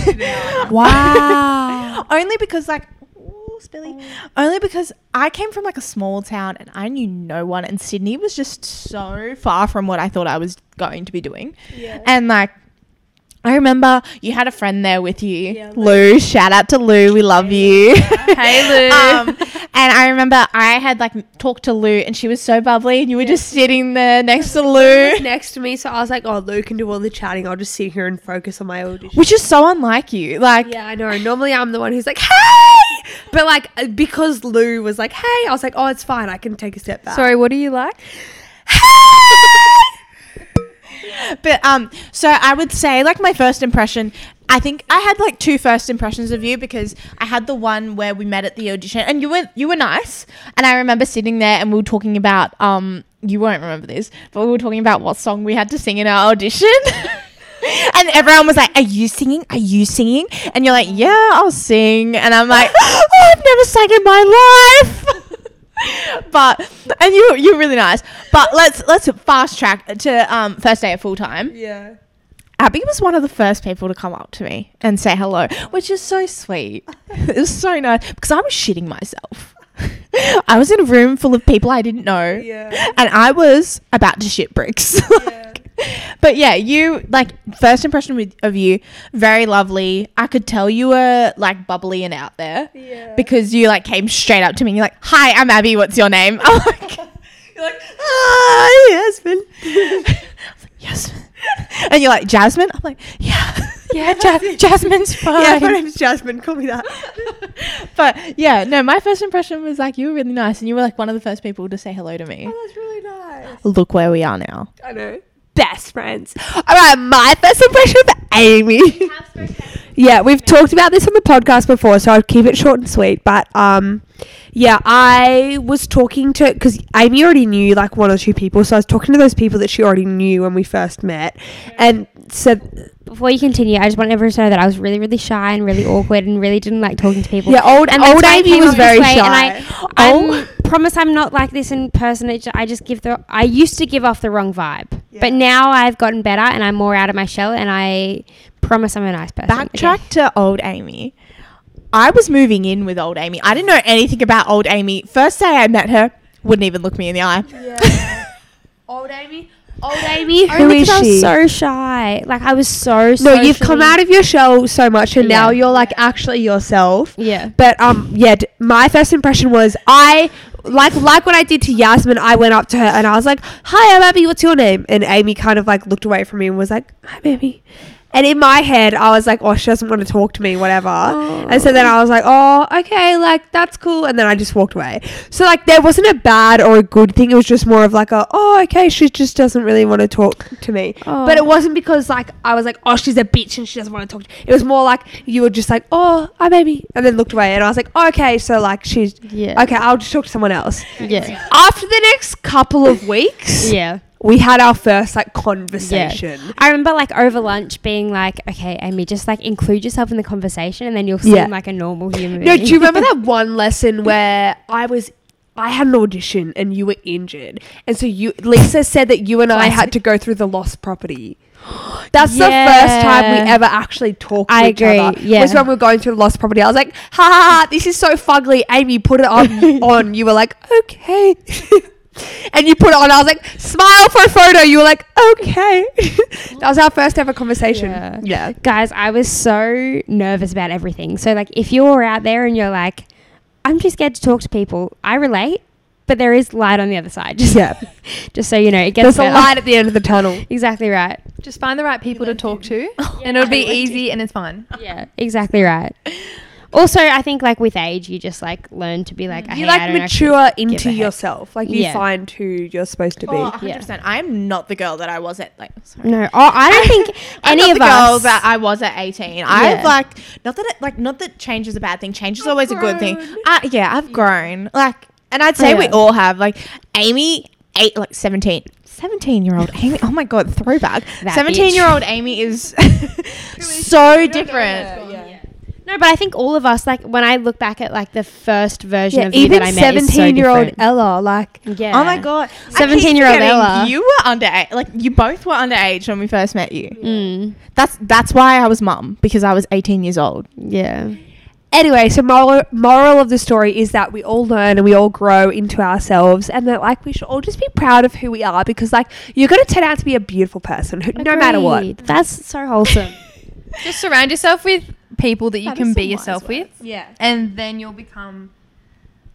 [SPEAKER 4] wow. Oh. only because like ooh, Spilly. Only because I came from like a small town and I knew no one, and Sydney was just so far from what I thought I was going to be doing. Yeah. And like I remember you had a friend there with you, Lou. Shout out to Lou. We love you.
[SPEAKER 5] Hey, Lou.
[SPEAKER 4] um, and I remember I had like talked to Lou, and she was so bubbly, and you were just sitting there next to Lou,
[SPEAKER 1] next to me, so I was like, "Oh, Lou can do all the chatting. I'll just sit here and focus on my audition."
[SPEAKER 4] which is so unlike you. Like,
[SPEAKER 1] Yeah, I know. Normally, I'm the one who's like, "Hey," but like uh, because Lou was like, "Hey," I was like, "Oh, it's fine. I can take a step back."
[SPEAKER 5] Sorry, what are you like?
[SPEAKER 4] but um, so I would say like my first impression. I think I had like two first impressions of you because I had the one where we met at the audition, and you were you were nice, and I remember sitting there and we were talking about um, you won't remember this, but we were talking about what song we had to sing in our audition. And everyone was like, "Are you singing? Are you singing?" And you're like, "Yeah, I'll sing." And I'm like, "Oh, I've never sung in my life." but and you you're really nice. But let's let's fast track to um, first day of full time.
[SPEAKER 1] Yeah.
[SPEAKER 4] Abby was one of the first people to come up to me and say hello, which is so sweet. it was so nice because I was shitting myself. I was in a room full of people I didn't know,
[SPEAKER 1] Yeah.
[SPEAKER 4] and I was about to shit bricks. Like, But yeah, you like first impression with, of you, very lovely. I could tell you were like bubbly and out there
[SPEAKER 1] Yeah.
[SPEAKER 4] because you like came straight up to me and you're like, "Hi, I'm Abby. What's your name?" I'm like, you're like, "Ah, Yasmin." I was like, Yasmin. And you're like, "Jasmine." I'm like, "Yeah, yeah, ja- Jasmine's fine."
[SPEAKER 1] Yeah, my name's Jasmine. Call me that.
[SPEAKER 4] but yeah, no, my first impression was like you were really nice and you were like one of the first people to say hello to me.
[SPEAKER 1] That's really nice.
[SPEAKER 4] Look where we are now.
[SPEAKER 1] I know. Best friends. All right, my first impression of Amy. yeah, we've talked about this on the podcast before, so I'll keep it short and sweet. But um, yeah, I was talking to because Amy already knew like one or two people, so I was talking to those people that she already knew when we first met, and so
[SPEAKER 2] Before you continue, I just want everyone to know that I was really, really shy and really awkward and really didn't like talking to people.
[SPEAKER 1] yeah, old
[SPEAKER 2] And
[SPEAKER 1] old
[SPEAKER 2] that's why I
[SPEAKER 1] Amy
[SPEAKER 2] came
[SPEAKER 1] was
[SPEAKER 2] off this
[SPEAKER 1] very
[SPEAKER 2] way,
[SPEAKER 1] shy. Oh.
[SPEAKER 2] And I, I promise I'm not like this in person. It, ju- I just give the. I used to give off the wrong vibe, but now I've gotten better and I'm more out of my shell. And I promise I'm a nice person. Okay.
[SPEAKER 4] Backtrack to old Amy. I was moving in with old Amy. I didn't know anything about old Amy. First day I met her, wouldn't even look me in the eye.
[SPEAKER 1] old Amy. Old Amy, who
[SPEAKER 2] Only
[SPEAKER 1] is
[SPEAKER 2] 'cause I
[SPEAKER 1] she?
[SPEAKER 2] was so shy. Like I was so.
[SPEAKER 1] no, you've come out of your shell so much, and now
[SPEAKER 2] Yeah.
[SPEAKER 1] you're like actually yourself.
[SPEAKER 2] Yeah.
[SPEAKER 1] But um, yeah, d- my first impression was I like like what I did to Yasmin. I went up to her and I was like, "Hi, I'm Abby. What's your name?" And Amy kind of like looked away from me and was like, "Hi, Amy." And in my head, I was like, "Oh, she doesn't want to talk to me, whatever." And so then I was like, "Oh, okay, like that's cool." And then I just walked away. So like there wasn't a bad or a good thing. It was just more of like a, "Oh, okay, she just doesn't really want to talk to me." But it wasn't because like I was like, "Oh, she's a bitch and she doesn't want to talk." to It was more like you were just like, "Oh, I maybe," and then looked away, and I was like, oh, "Okay, so like she's
[SPEAKER 2] Yeah.
[SPEAKER 1] okay. I'll just talk to someone else."
[SPEAKER 2] Yeah.
[SPEAKER 1] After the next couple of weeks,
[SPEAKER 2] Yeah.
[SPEAKER 1] we had our first like conversation.
[SPEAKER 2] I remember like over lunch being like, okay, Amy, just like include yourself in the conversation and then you'll seem
[SPEAKER 1] Yeah.
[SPEAKER 2] like a normal human
[SPEAKER 1] No,
[SPEAKER 2] being.
[SPEAKER 1] do you remember that one lesson where I was I had an audition and you were injured. And so you Lisa said that you and I had to go through the lost property. That's the first time we
[SPEAKER 2] Yeah.
[SPEAKER 1] ever actually talked to
[SPEAKER 2] I
[SPEAKER 1] each
[SPEAKER 2] agree,
[SPEAKER 1] other.
[SPEAKER 2] yeah.
[SPEAKER 1] Was when we were going through the lost property. I was like, ha ha, ha this is so fugly. Amy put it on on. You were like, okay. and you put it on. I was like, smile for a photo. You were like, okay. that was our first ever conversation.
[SPEAKER 2] Yeah.
[SPEAKER 1] yeah.
[SPEAKER 2] Guys, I was so nervous about everything. So like if you're out there and you're like, I'm too scared to talk to people, I relate, but there is light on the other side. Just
[SPEAKER 1] Yeah.
[SPEAKER 2] just so you know, it gets
[SPEAKER 1] There's a
[SPEAKER 2] better.
[SPEAKER 1] light at the end of the tunnel.
[SPEAKER 2] Exactly right.
[SPEAKER 5] Just find the right people to talk to, and it'll be easy, and it's fine.
[SPEAKER 2] Yeah, exactly right. Also, I think like with age, you just like learn to be like,
[SPEAKER 1] Mm. you
[SPEAKER 2] "Hey, I
[SPEAKER 1] like
[SPEAKER 2] don't actually
[SPEAKER 1] mature
[SPEAKER 2] give a
[SPEAKER 1] into
[SPEAKER 2] heck."
[SPEAKER 1] yourself. Like you
[SPEAKER 2] Yeah.
[SPEAKER 1] find who you're supposed to be.
[SPEAKER 4] Oh,
[SPEAKER 2] Yeah.
[SPEAKER 4] 100%. I'm not the girl that I was at like sorry.
[SPEAKER 2] No, oh, I don't think
[SPEAKER 4] I'm
[SPEAKER 2] any
[SPEAKER 4] not
[SPEAKER 2] of
[SPEAKER 4] the girl
[SPEAKER 2] us.
[SPEAKER 4] that I was at 18. I've
[SPEAKER 2] Yeah.
[SPEAKER 4] like not that it, like not that change is a bad thing. Change is always a good thing. I, yeah, I've grown. Like and I'd say we
[SPEAKER 2] Yeah.
[SPEAKER 4] all have. Like Amy eight like 17. 17 year old Amy. Oh my god, throwback.
[SPEAKER 2] That
[SPEAKER 4] 17 year old Amy is so different.
[SPEAKER 2] No, but I think all of us, like when I look back at like the first version
[SPEAKER 1] yeah,
[SPEAKER 2] of you that I
[SPEAKER 1] even
[SPEAKER 2] met, seventeen year
[SPEAKER 1] seventeen-year-old
[SPEAKER 2] old.
[SPEAKER 1] Ella, like
[SPEAKER 2] Yeah.
[SPEAKER 4] Oh my god. I keep
[SPEAKER 2] 17-year-old
[SPEAKER 4] forgetting
[SPEAKER 2] Ella.
[SPEAKER 4] You were underage. Like you both were underage when we first met you.
[SPEAKER 2] Mm,
[SPEAKER 4] That's that's why I was mum because I was 18 years old.
[SPEAKER 2] yeah.
[SPEAKER 1] anyway. So moral moral of the story is that we all learn and we all grow into ourselves, and that like we should all just be proud of who we are because like you're gonna turn out to be a beautiful person, who, no matter what.
[SPEAKER 2] Agreed. That's so wholesome.
[SPEAKER 5] Just surround yourself with people that you
[SPEAKER 4] That is
[SPEAKER 5] can be
[SPEAKER 4] some wise
[SPEAKER 5] yourself with,
[SPEAKER 6] Yeah.
[SPEAKER 5] and then you'll become,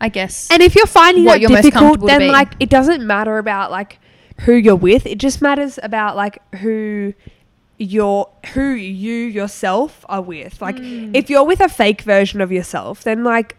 [SPEAKER 5] I guess.
[SPEAKER 1] And if you're finding
[SPEAKER 5] What
[SPEAKER 1] that
[SPEAKER 5] you're most
[SPEAKER 1] difficult,
[SPEAKER 5] comfortable to
[SPEAKER 1] then
[SPEAKER 5] be.
[SPEAKER 1] like it doesn't matter about like who you're with. It just matters about like who your who you yourself are with. Like if you're with a fake version of yourself, then like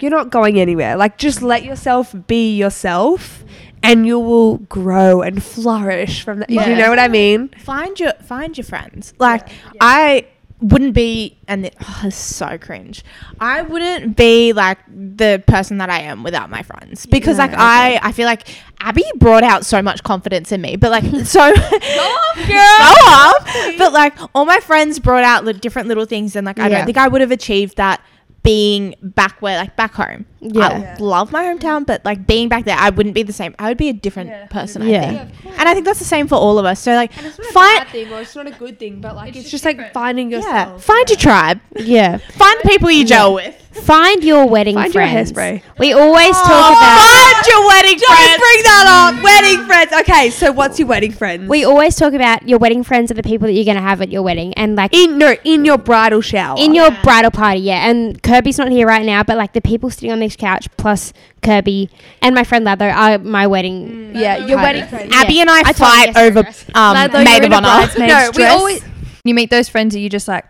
[SPEAKER 1] you're not going anywhere. Like just let yourself be yourself and you will grow and flourish from that. You
[SPEAKER 5] Yeah.
[SPEAKER 1] know what I mean?
[SPEAKER 4] find your find your friends. Like I wouldn't be, and it, oh, it's so cringe. I wouldn't be like the person that I am without my friends because like I I feel like Abby brought out so much confidence in me, but like so go off, girl, go off. But like all my friends brought out li- different little things, and like I
[SPEAKER 2] Yeah.
[SPEAKER 4] don't think I would have achieved that being back where like back home.
[SPEAKER 2] Yeah.
[SPEAKER 4] I love my hometown, but like being back there, I wouldn't be the same. I would be a different person.
[SPEAKER 2] Yeah.
[SPEAKER 4] I
[SPEAKER 2] Yeah,
[SPEAKER 4] think. and I think that's the same for all of us. So like, find
[SPEAKER 1] thing or it's not a good thing, but like it's, just, like finding
[SPEAKER 4] yeah, find your tribe.
[SPEAKER 2] Yeah.
[SPEAKER 4] Find the people you gel with.
[SPEAKER 2] Find your wedding
[SPEAKER 1] Find your
[SPEAKER 2] friends.
[SPEAKER 1] hairspray.
[SPEAKER 2] We always
[SPEAKER 1] Oh,
[SPEAKER 2] talk about
[SPEAKER 4] find your wedding friends.
[SPEAKER 1] Bring that up. Wedding friends. Okay, so what's your wedding friends?
[SPEAKER 2] we always talk about your wedding friends are the people that you're gonna have at your wedding and like
[SPEAKER 1] in no in your bridal shower.
[SPEAKER 2] in your bridal party, yeah. And Kirby's not here right now, but like the people sitting on this couch plus Kirby and my friend Latho are my wedding.
[SPEAKER 1] yeah, Mm. your wedding friend.
[SPEAKER 4] Abby and I,
[SPEAKER 2] told you
[SPEAKER 4] fight
[SPEAKER 2] yesterday,
[SPEAKER 4] over
[SPEAKER 2] Chris.
[SPEAKER 4] um, maid of honor.
[SPEAKER 5] no, we always. You meet those friends that you just like.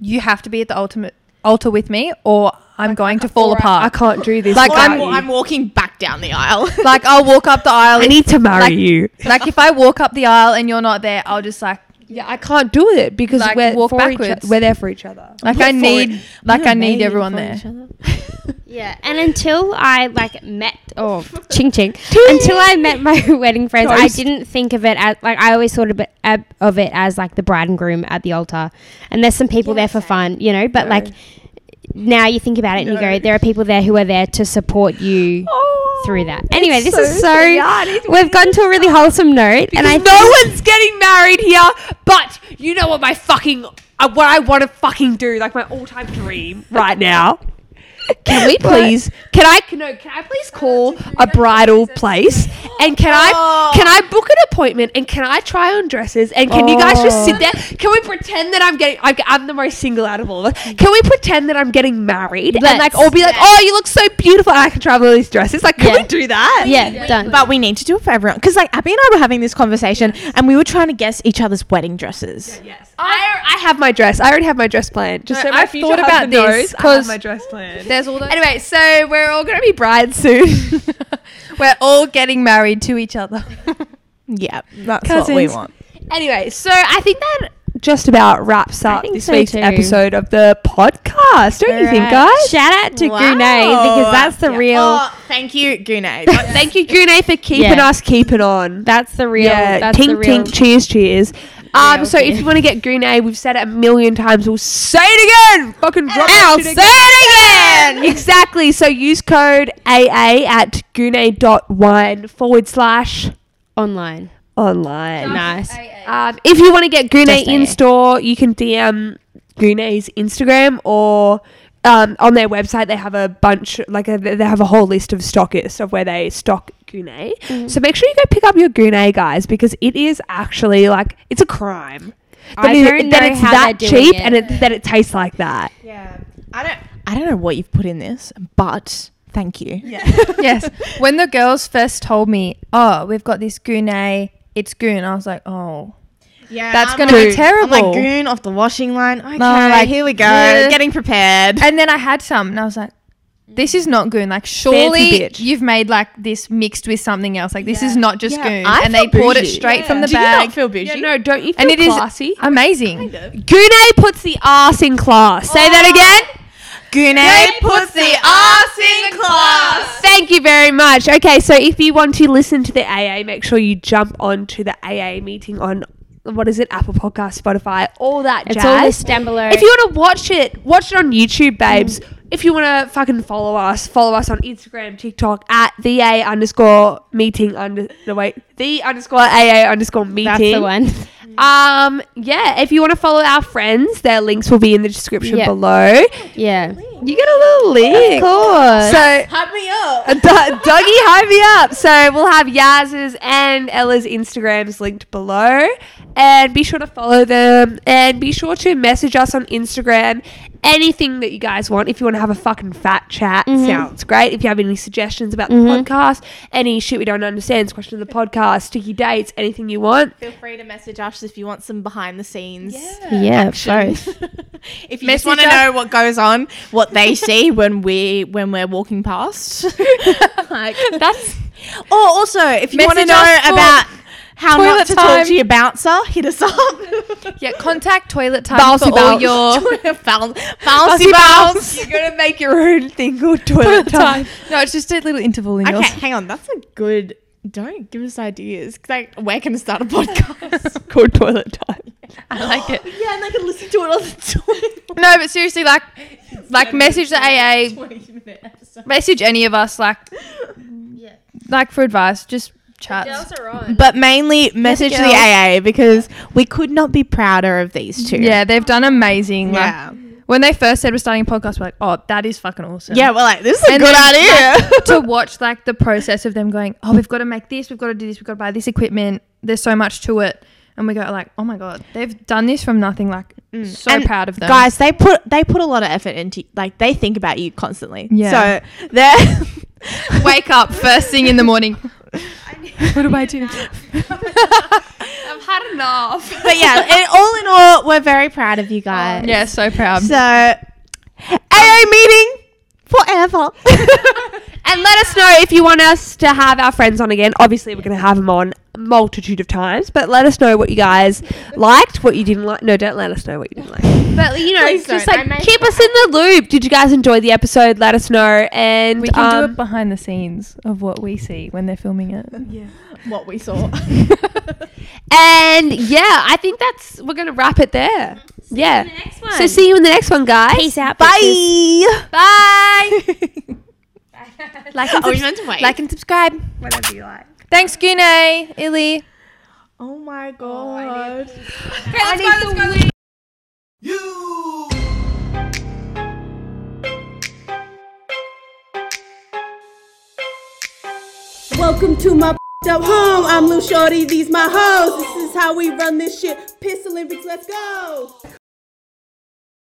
[SPEAKER 5] You have to be at the ultimate altar with me, or I'm going to fall apart.
[SPEAKER 1] I can't do this.
[SPEAKER 5] Like,
[SPEAKER 4] Or
[SPEAKER 1] without
[SPEAKER 4] I'm,
[SPEAKER 1] you.
[SPEAKER 4] I'm walking back down the aisle.
[SPEAKER 5] like I'll walk up the aisle.
[SPEAKER 1] I need to marry
[SPEAKER 5] like-
[SPEAKER 1] you.
[SPEAKER 5] like if I walk up the aisle and you're not there, I'll just like
[SPEAKER 1] Yeah, I can't do it because
[SPEAKER 5] Like,
[SPEAKER 1] we're
[SPEAKER 5] walk
[SPEAKER 1] for Each,
[SPEAKER 5] backwards.
[SPEAKER 1] we're there for each other.
[SPEAKER 5] like I need like I need everyone there.
[SPEAKER 2] Yeah. And until I like met oh ching ching. until I met my wedding friends, I
[SPEAKER 1] Toast.
[SPEAKER 2] didn't think of it as like I always thought of it, ab- of it as like the bride and groom at the altar. And there's some people there for fun, you know, but like now you think about it and you go, there are people there who are there to support you
[SPEAKER 1] Oh,
[SPEAKER 2] through that. Anyway, this is so we've gone to a really wholesome note and I
[SPEAKER 1] no
[SPEAKER 2] think-
[SPEAKER 1] one's getting married here, but you know what my fucking uh, what I want to fucking do, like my all time dream right now. Can we please? Can I? Can, no, can I please call a bridal place? And can I? Can I book an appointment? And can I try on dresses? And can you guys just sit there? Can we pretend that I'm getting? I, I'm the most single out of all of us. Can we pretend that I'm getting married? and like,
[SPEAKER 2] Let's.
[SPEAKER 1] all be like, oh, you look so beautiful, and I can try on all these dresses. Like, can
[SPEAKER 2] Yeah.
[SPEAKER 1] we do that?
[SPEAKER 2] Yeah, done.
[SPEAKER 4] But we need to do it for everyone because like Abby and I were having this conversation and we were trying to guess each other's wedding dresses.
[SPEAKER 1] I, I have my dress. I already have my dress planned. Just so my
[SPEAKER 5] I've
[SPEAKER 1] future
[SPEAKER 5] thought about
[SPEAKER 1] husband
[SPEAKER 5] this
[SPEAKER 1] knows, I have
[SPEAKER 5] 'cause
[SPEAKER 1] my dress planned.
[SPEAKER 5] There's all those.
[SPEAKER 1] Anyway, so we're all gonna be brides soon.
[SPEAKER 5] We're all getting married to each other.
[SPEAKER 4] Yeah, that's what we
[SPEAKER 5] Cousins.
[SPEAKER 4] want.
[SPEAKER 1] anyway, so I think that just about wraps up
[SPEAKER 2] think
[SPEAKER 1] this
[SPEAKER 2] so
[SPEAKER 1] week's
[SPEAKER 2] too.
[SPEAKER 1] episode of the podcast. Don't you think, guys?
[SPEAKER 2] Shout out to wow.
[SPEAKER 4] Wow.
[SPEAKER 2] because that's the real
[SPEAKER 4] Oh, thank you, Gune. That's-
[SPEAKER 1] Thank you, Gune, for keeping
[SPEAKER 2] Yeah.
[SPEAKER 1] us keeping on.
[SPEAKER 2] that's the real
[SPEAKER 1] yeah,
[SPEAKER 2] that's the
[SPEAKER 1] tink
[SPEAKER 2] real
[SPEAKER 1] tink, cheers, cheers. Um, so if you want to get Gune, we've said it a million times. We'll say it again. Fucking drop
[SPEAKER 4] I'll
[SPEAKER 1] that shit
[SPEAKER 4] say it again.
[SPEAKER 1] Exactly. So use code AA at gune.wine forward slash
[SPEAKER 2] online.
[SPEAKER 1] online.
[SPEAKER 2] Nice.
[SPEAKER 1] Um, if you want to get Gune
[SPEAKER 2] Just AA.
[SPEAKER 1] in store, you can DM Gune's Instagram or um, on their website they have a bunch, like a, they have a whole list of stockists of where they stock Gune.
[SPEAKER 2] Mm.
[SPEAKER 1] So make sure you go pick up your Gune, guys, because it is actually like it's a crime.
[SPEAKER 2] I
[SPEAKER 1] That it-
[SPEAKER 2] don't
[SPEAKER 1] that
[SPEAKER 2] know
[SPEAKER 1] it's
[SPEAKER 2] how
[SPEAKER 1] that
[SPEAKER 2] they're doing
[SPEAKER 1] cheap
[SPEAKER 2] it.
[SPEAKER 1] and it, that it tastes like that.
[SPEAKER 4] yeah, I don't. I don't know what you've put in this, but thank you.
[SPEAKER 5] yes. When the girls first told me, "Oh, we've got this Gune, it's Goon," I was like, "Oh,
[SPEAKER 4] Yeah,
[SPEAKER 5] That's
[SPEAKER 4] I'm
[SPEAKER 5] gonna be
[SPEAKER 4] like- I'm
[SPEAKER 5] terrible.
[SPEAKER 4] like goon off the washing line. Okay,
[SPEAKER 5] like,
[SPEAKER 4] here we go.
[SPEAKER 5] yeah.
[SPEAKER 4] Getting prepared.
[SPEAKER 5] And then I had some, and I was like, "This is not goon. Like, surely
[SPEAKER 1] bitch.
[SPEAKER 5] you've made like this mixed with something else. Like, this is not just goon."
[SPEAKER 4] I
[SPEAKER 5] and
[SPEAKER 4] feel
[SPEAKER 5] they poured it
[SPEAKER 4] bougie.
[SPEAKER 5] straight from the
[SPEAKER 4] Do you
[SPEAKER 5] bag.
[SPEAKER 4] not feel bougie?
[SPEAKER 1] no, don't you feel
[SPEAKER 5] and it is
[SPEAKER 1] classy?
[SPEAKER 5] amazing.
[SPEAKER 1] Gune puts the ass in class. Say
[SPEAKER 2] Oh.
[SPEAKER 1] that again.
[SPEAKER 4] Gune puts the ass in class.
[SPEAKER 1] Thank you very much. Okay, so if you want to listen to the AA, make sure you jump on to the AA meeting on what is it, Apple Podcast, Spotify, all that
[SPEAKER 2] It's
[SPEAKER 1] jazz.
[SPEAKER 2] all this down below.
[SPEAKER 1] if you want to watch it, watch it on YouTube, babes. If you want to fucking follow us, follow us on Instagram, TikTok at the A underscore meeting under the wait the underscore AA underscore meeting.
[SPEAKER 2] that's the one.
[SPEAKER 1] Um, yeah, if you want to follow our friends, their links will be in the description
[SPEAKER 2] Yeah.
[SPEAKER 1] below.
[SPEAKER 2] Yeah.
[SPEAKER 1] You get a little link.
[SPEAKER 2] course.
[SPEAKER 1] So
[SPEAKER 3] Hype me up.
[SPEAKER 1] D- Dougie, hype me up. So we'll have Yaz's and Ella's Instagrams linked below. And be sure to follow them. And be sure to message us on Instagram anything that you guys want. If you want to have a fucking fat chat, sounds great. If you have any suggestions about the podcast, any shit we don't understand, question of the podcast, sticky dates, anything you want,
[SPEAKER 4] Feel free to message us if you want some behind the scenes.
[SPEAKER 2] yeah, both.
[SPEAKER 4] If you just want to
[SPEAKER 1] Message us.
[SPEAKER 4] know what goes on, what they see when we when we're walking past. like
[SPEAKER 1] That's-
[SPEAKER 4] Or also, if you want to
[SPEAKER 5] Message
[SPEAKER 4] know
[SPEAKER 5] us for
[SPEAKER 4] about how
[SPEAKER 5] toilet
[SPEAKER 4] not to
[SPEAKER 5] time.
[SPEAKER 4] talk to your bouncer, hit us up.
[SPEAKER 5] Yeah, contact toilet time
[SPEAKER 1] Bouncy
[SPEAKER 5] for all
[SPEAKER 1] bounce.
[SPEAKER 5] your
[SPEAKER 4] Bounce, bouncy bounce.
[SPEAKER 1] you're going to make your own thing called toilet time.
[SPEAKER 5] No, it's just a little interval in yours.
[SPEAKER 4] Okay, hang on. That's a good. Don't give us ideas. 'cause, Like, we're gonna start a podcast called Toilet Time.
[SPEAKER 5] I like it.
[SPEAKER 4] Yeah, and I can listen to it on the toilet.
[SPEAKER 5] No, but seriously, like, like message the AA, message any of us, like, like for advice, just chats.
[SPEAKER 4] But mainly message the
[SPEAKER 5] girls.
[SPEAKER 4] AA because we could not be prouder of these two.
[SPEAKER 5] Yeah, they've done amazing. Like,
[SPEAKER 4] Yeah.
[SPEAKER 5] when they first said we're starting a podcast, we're like, oh, that is fucking awesome.
[SPEAKER 4] Yeah, we're like, this is a
[SPEAKER 5] And
[SPEAKER 4] good
[SPEAKER 5] then,
[SPEAKER 4] idea.
[SPEAKER 5] like, to watch like the process of them going, oh, we've got to make this, we've got to do this, we've got to buy this equipment. There's so much to it, and we go like, oh my god, they've done this from nothing. Like, so
[SPEAKER 4] And
[SPEAKER 5] proud of them,
[SPEAKER 4] Guys, they put they put a lot of effort into like they think about you constantly.
[SPEAKER 5] Yeah.
[SPEAKER 4] So they're
[SPEAKER 5] Wake up first thing in the morning. what do I do?
[SPEAKER 1] I've had enough.
[SPEAKER 4] But yeah, and all in all, we're very proud of you guys.
[SPEAKER 5] Yeah, so proud.
[SPEAKER 4] So AA meeting forever.
[SPEAKER 1] And let us know if you want us to have our friends on again. Obviously, we're going to have them on a multitude of times, but let us know what you guys liked, what you didn't like. No, don't let us know what you didn't like. But you know, just like keep us in the loop. Did you guys enjoy the episode? Let us know, and
[SPEAKER 5] we can do
[SPEAKER 1] um,
[SPEAKER 5] it behind the scenes of what we see when they're filming it.
[SPEAKER 4] what we saw.
[SPEAKER 1] and yeah, I think that's we're going to wrap it there. yeah. So see you in the next one, guys. Peace out. Bye.
[SPEAKER 4] Bye.
[SPEAKER 1] Bye. Oh,
[SPEAKER 4] Like, are we meant to wait?
[SPEAKER 1] like and subscribe.
[SPEAKER 5] Thanks, Gune, Illy.
[SPEAKER 4] oh my god.
[SPEAKER 3] Welcome to my up home. I'm Lou Shorty. These my hoes. This is how we run this shit. Piss Olympics. Let's go.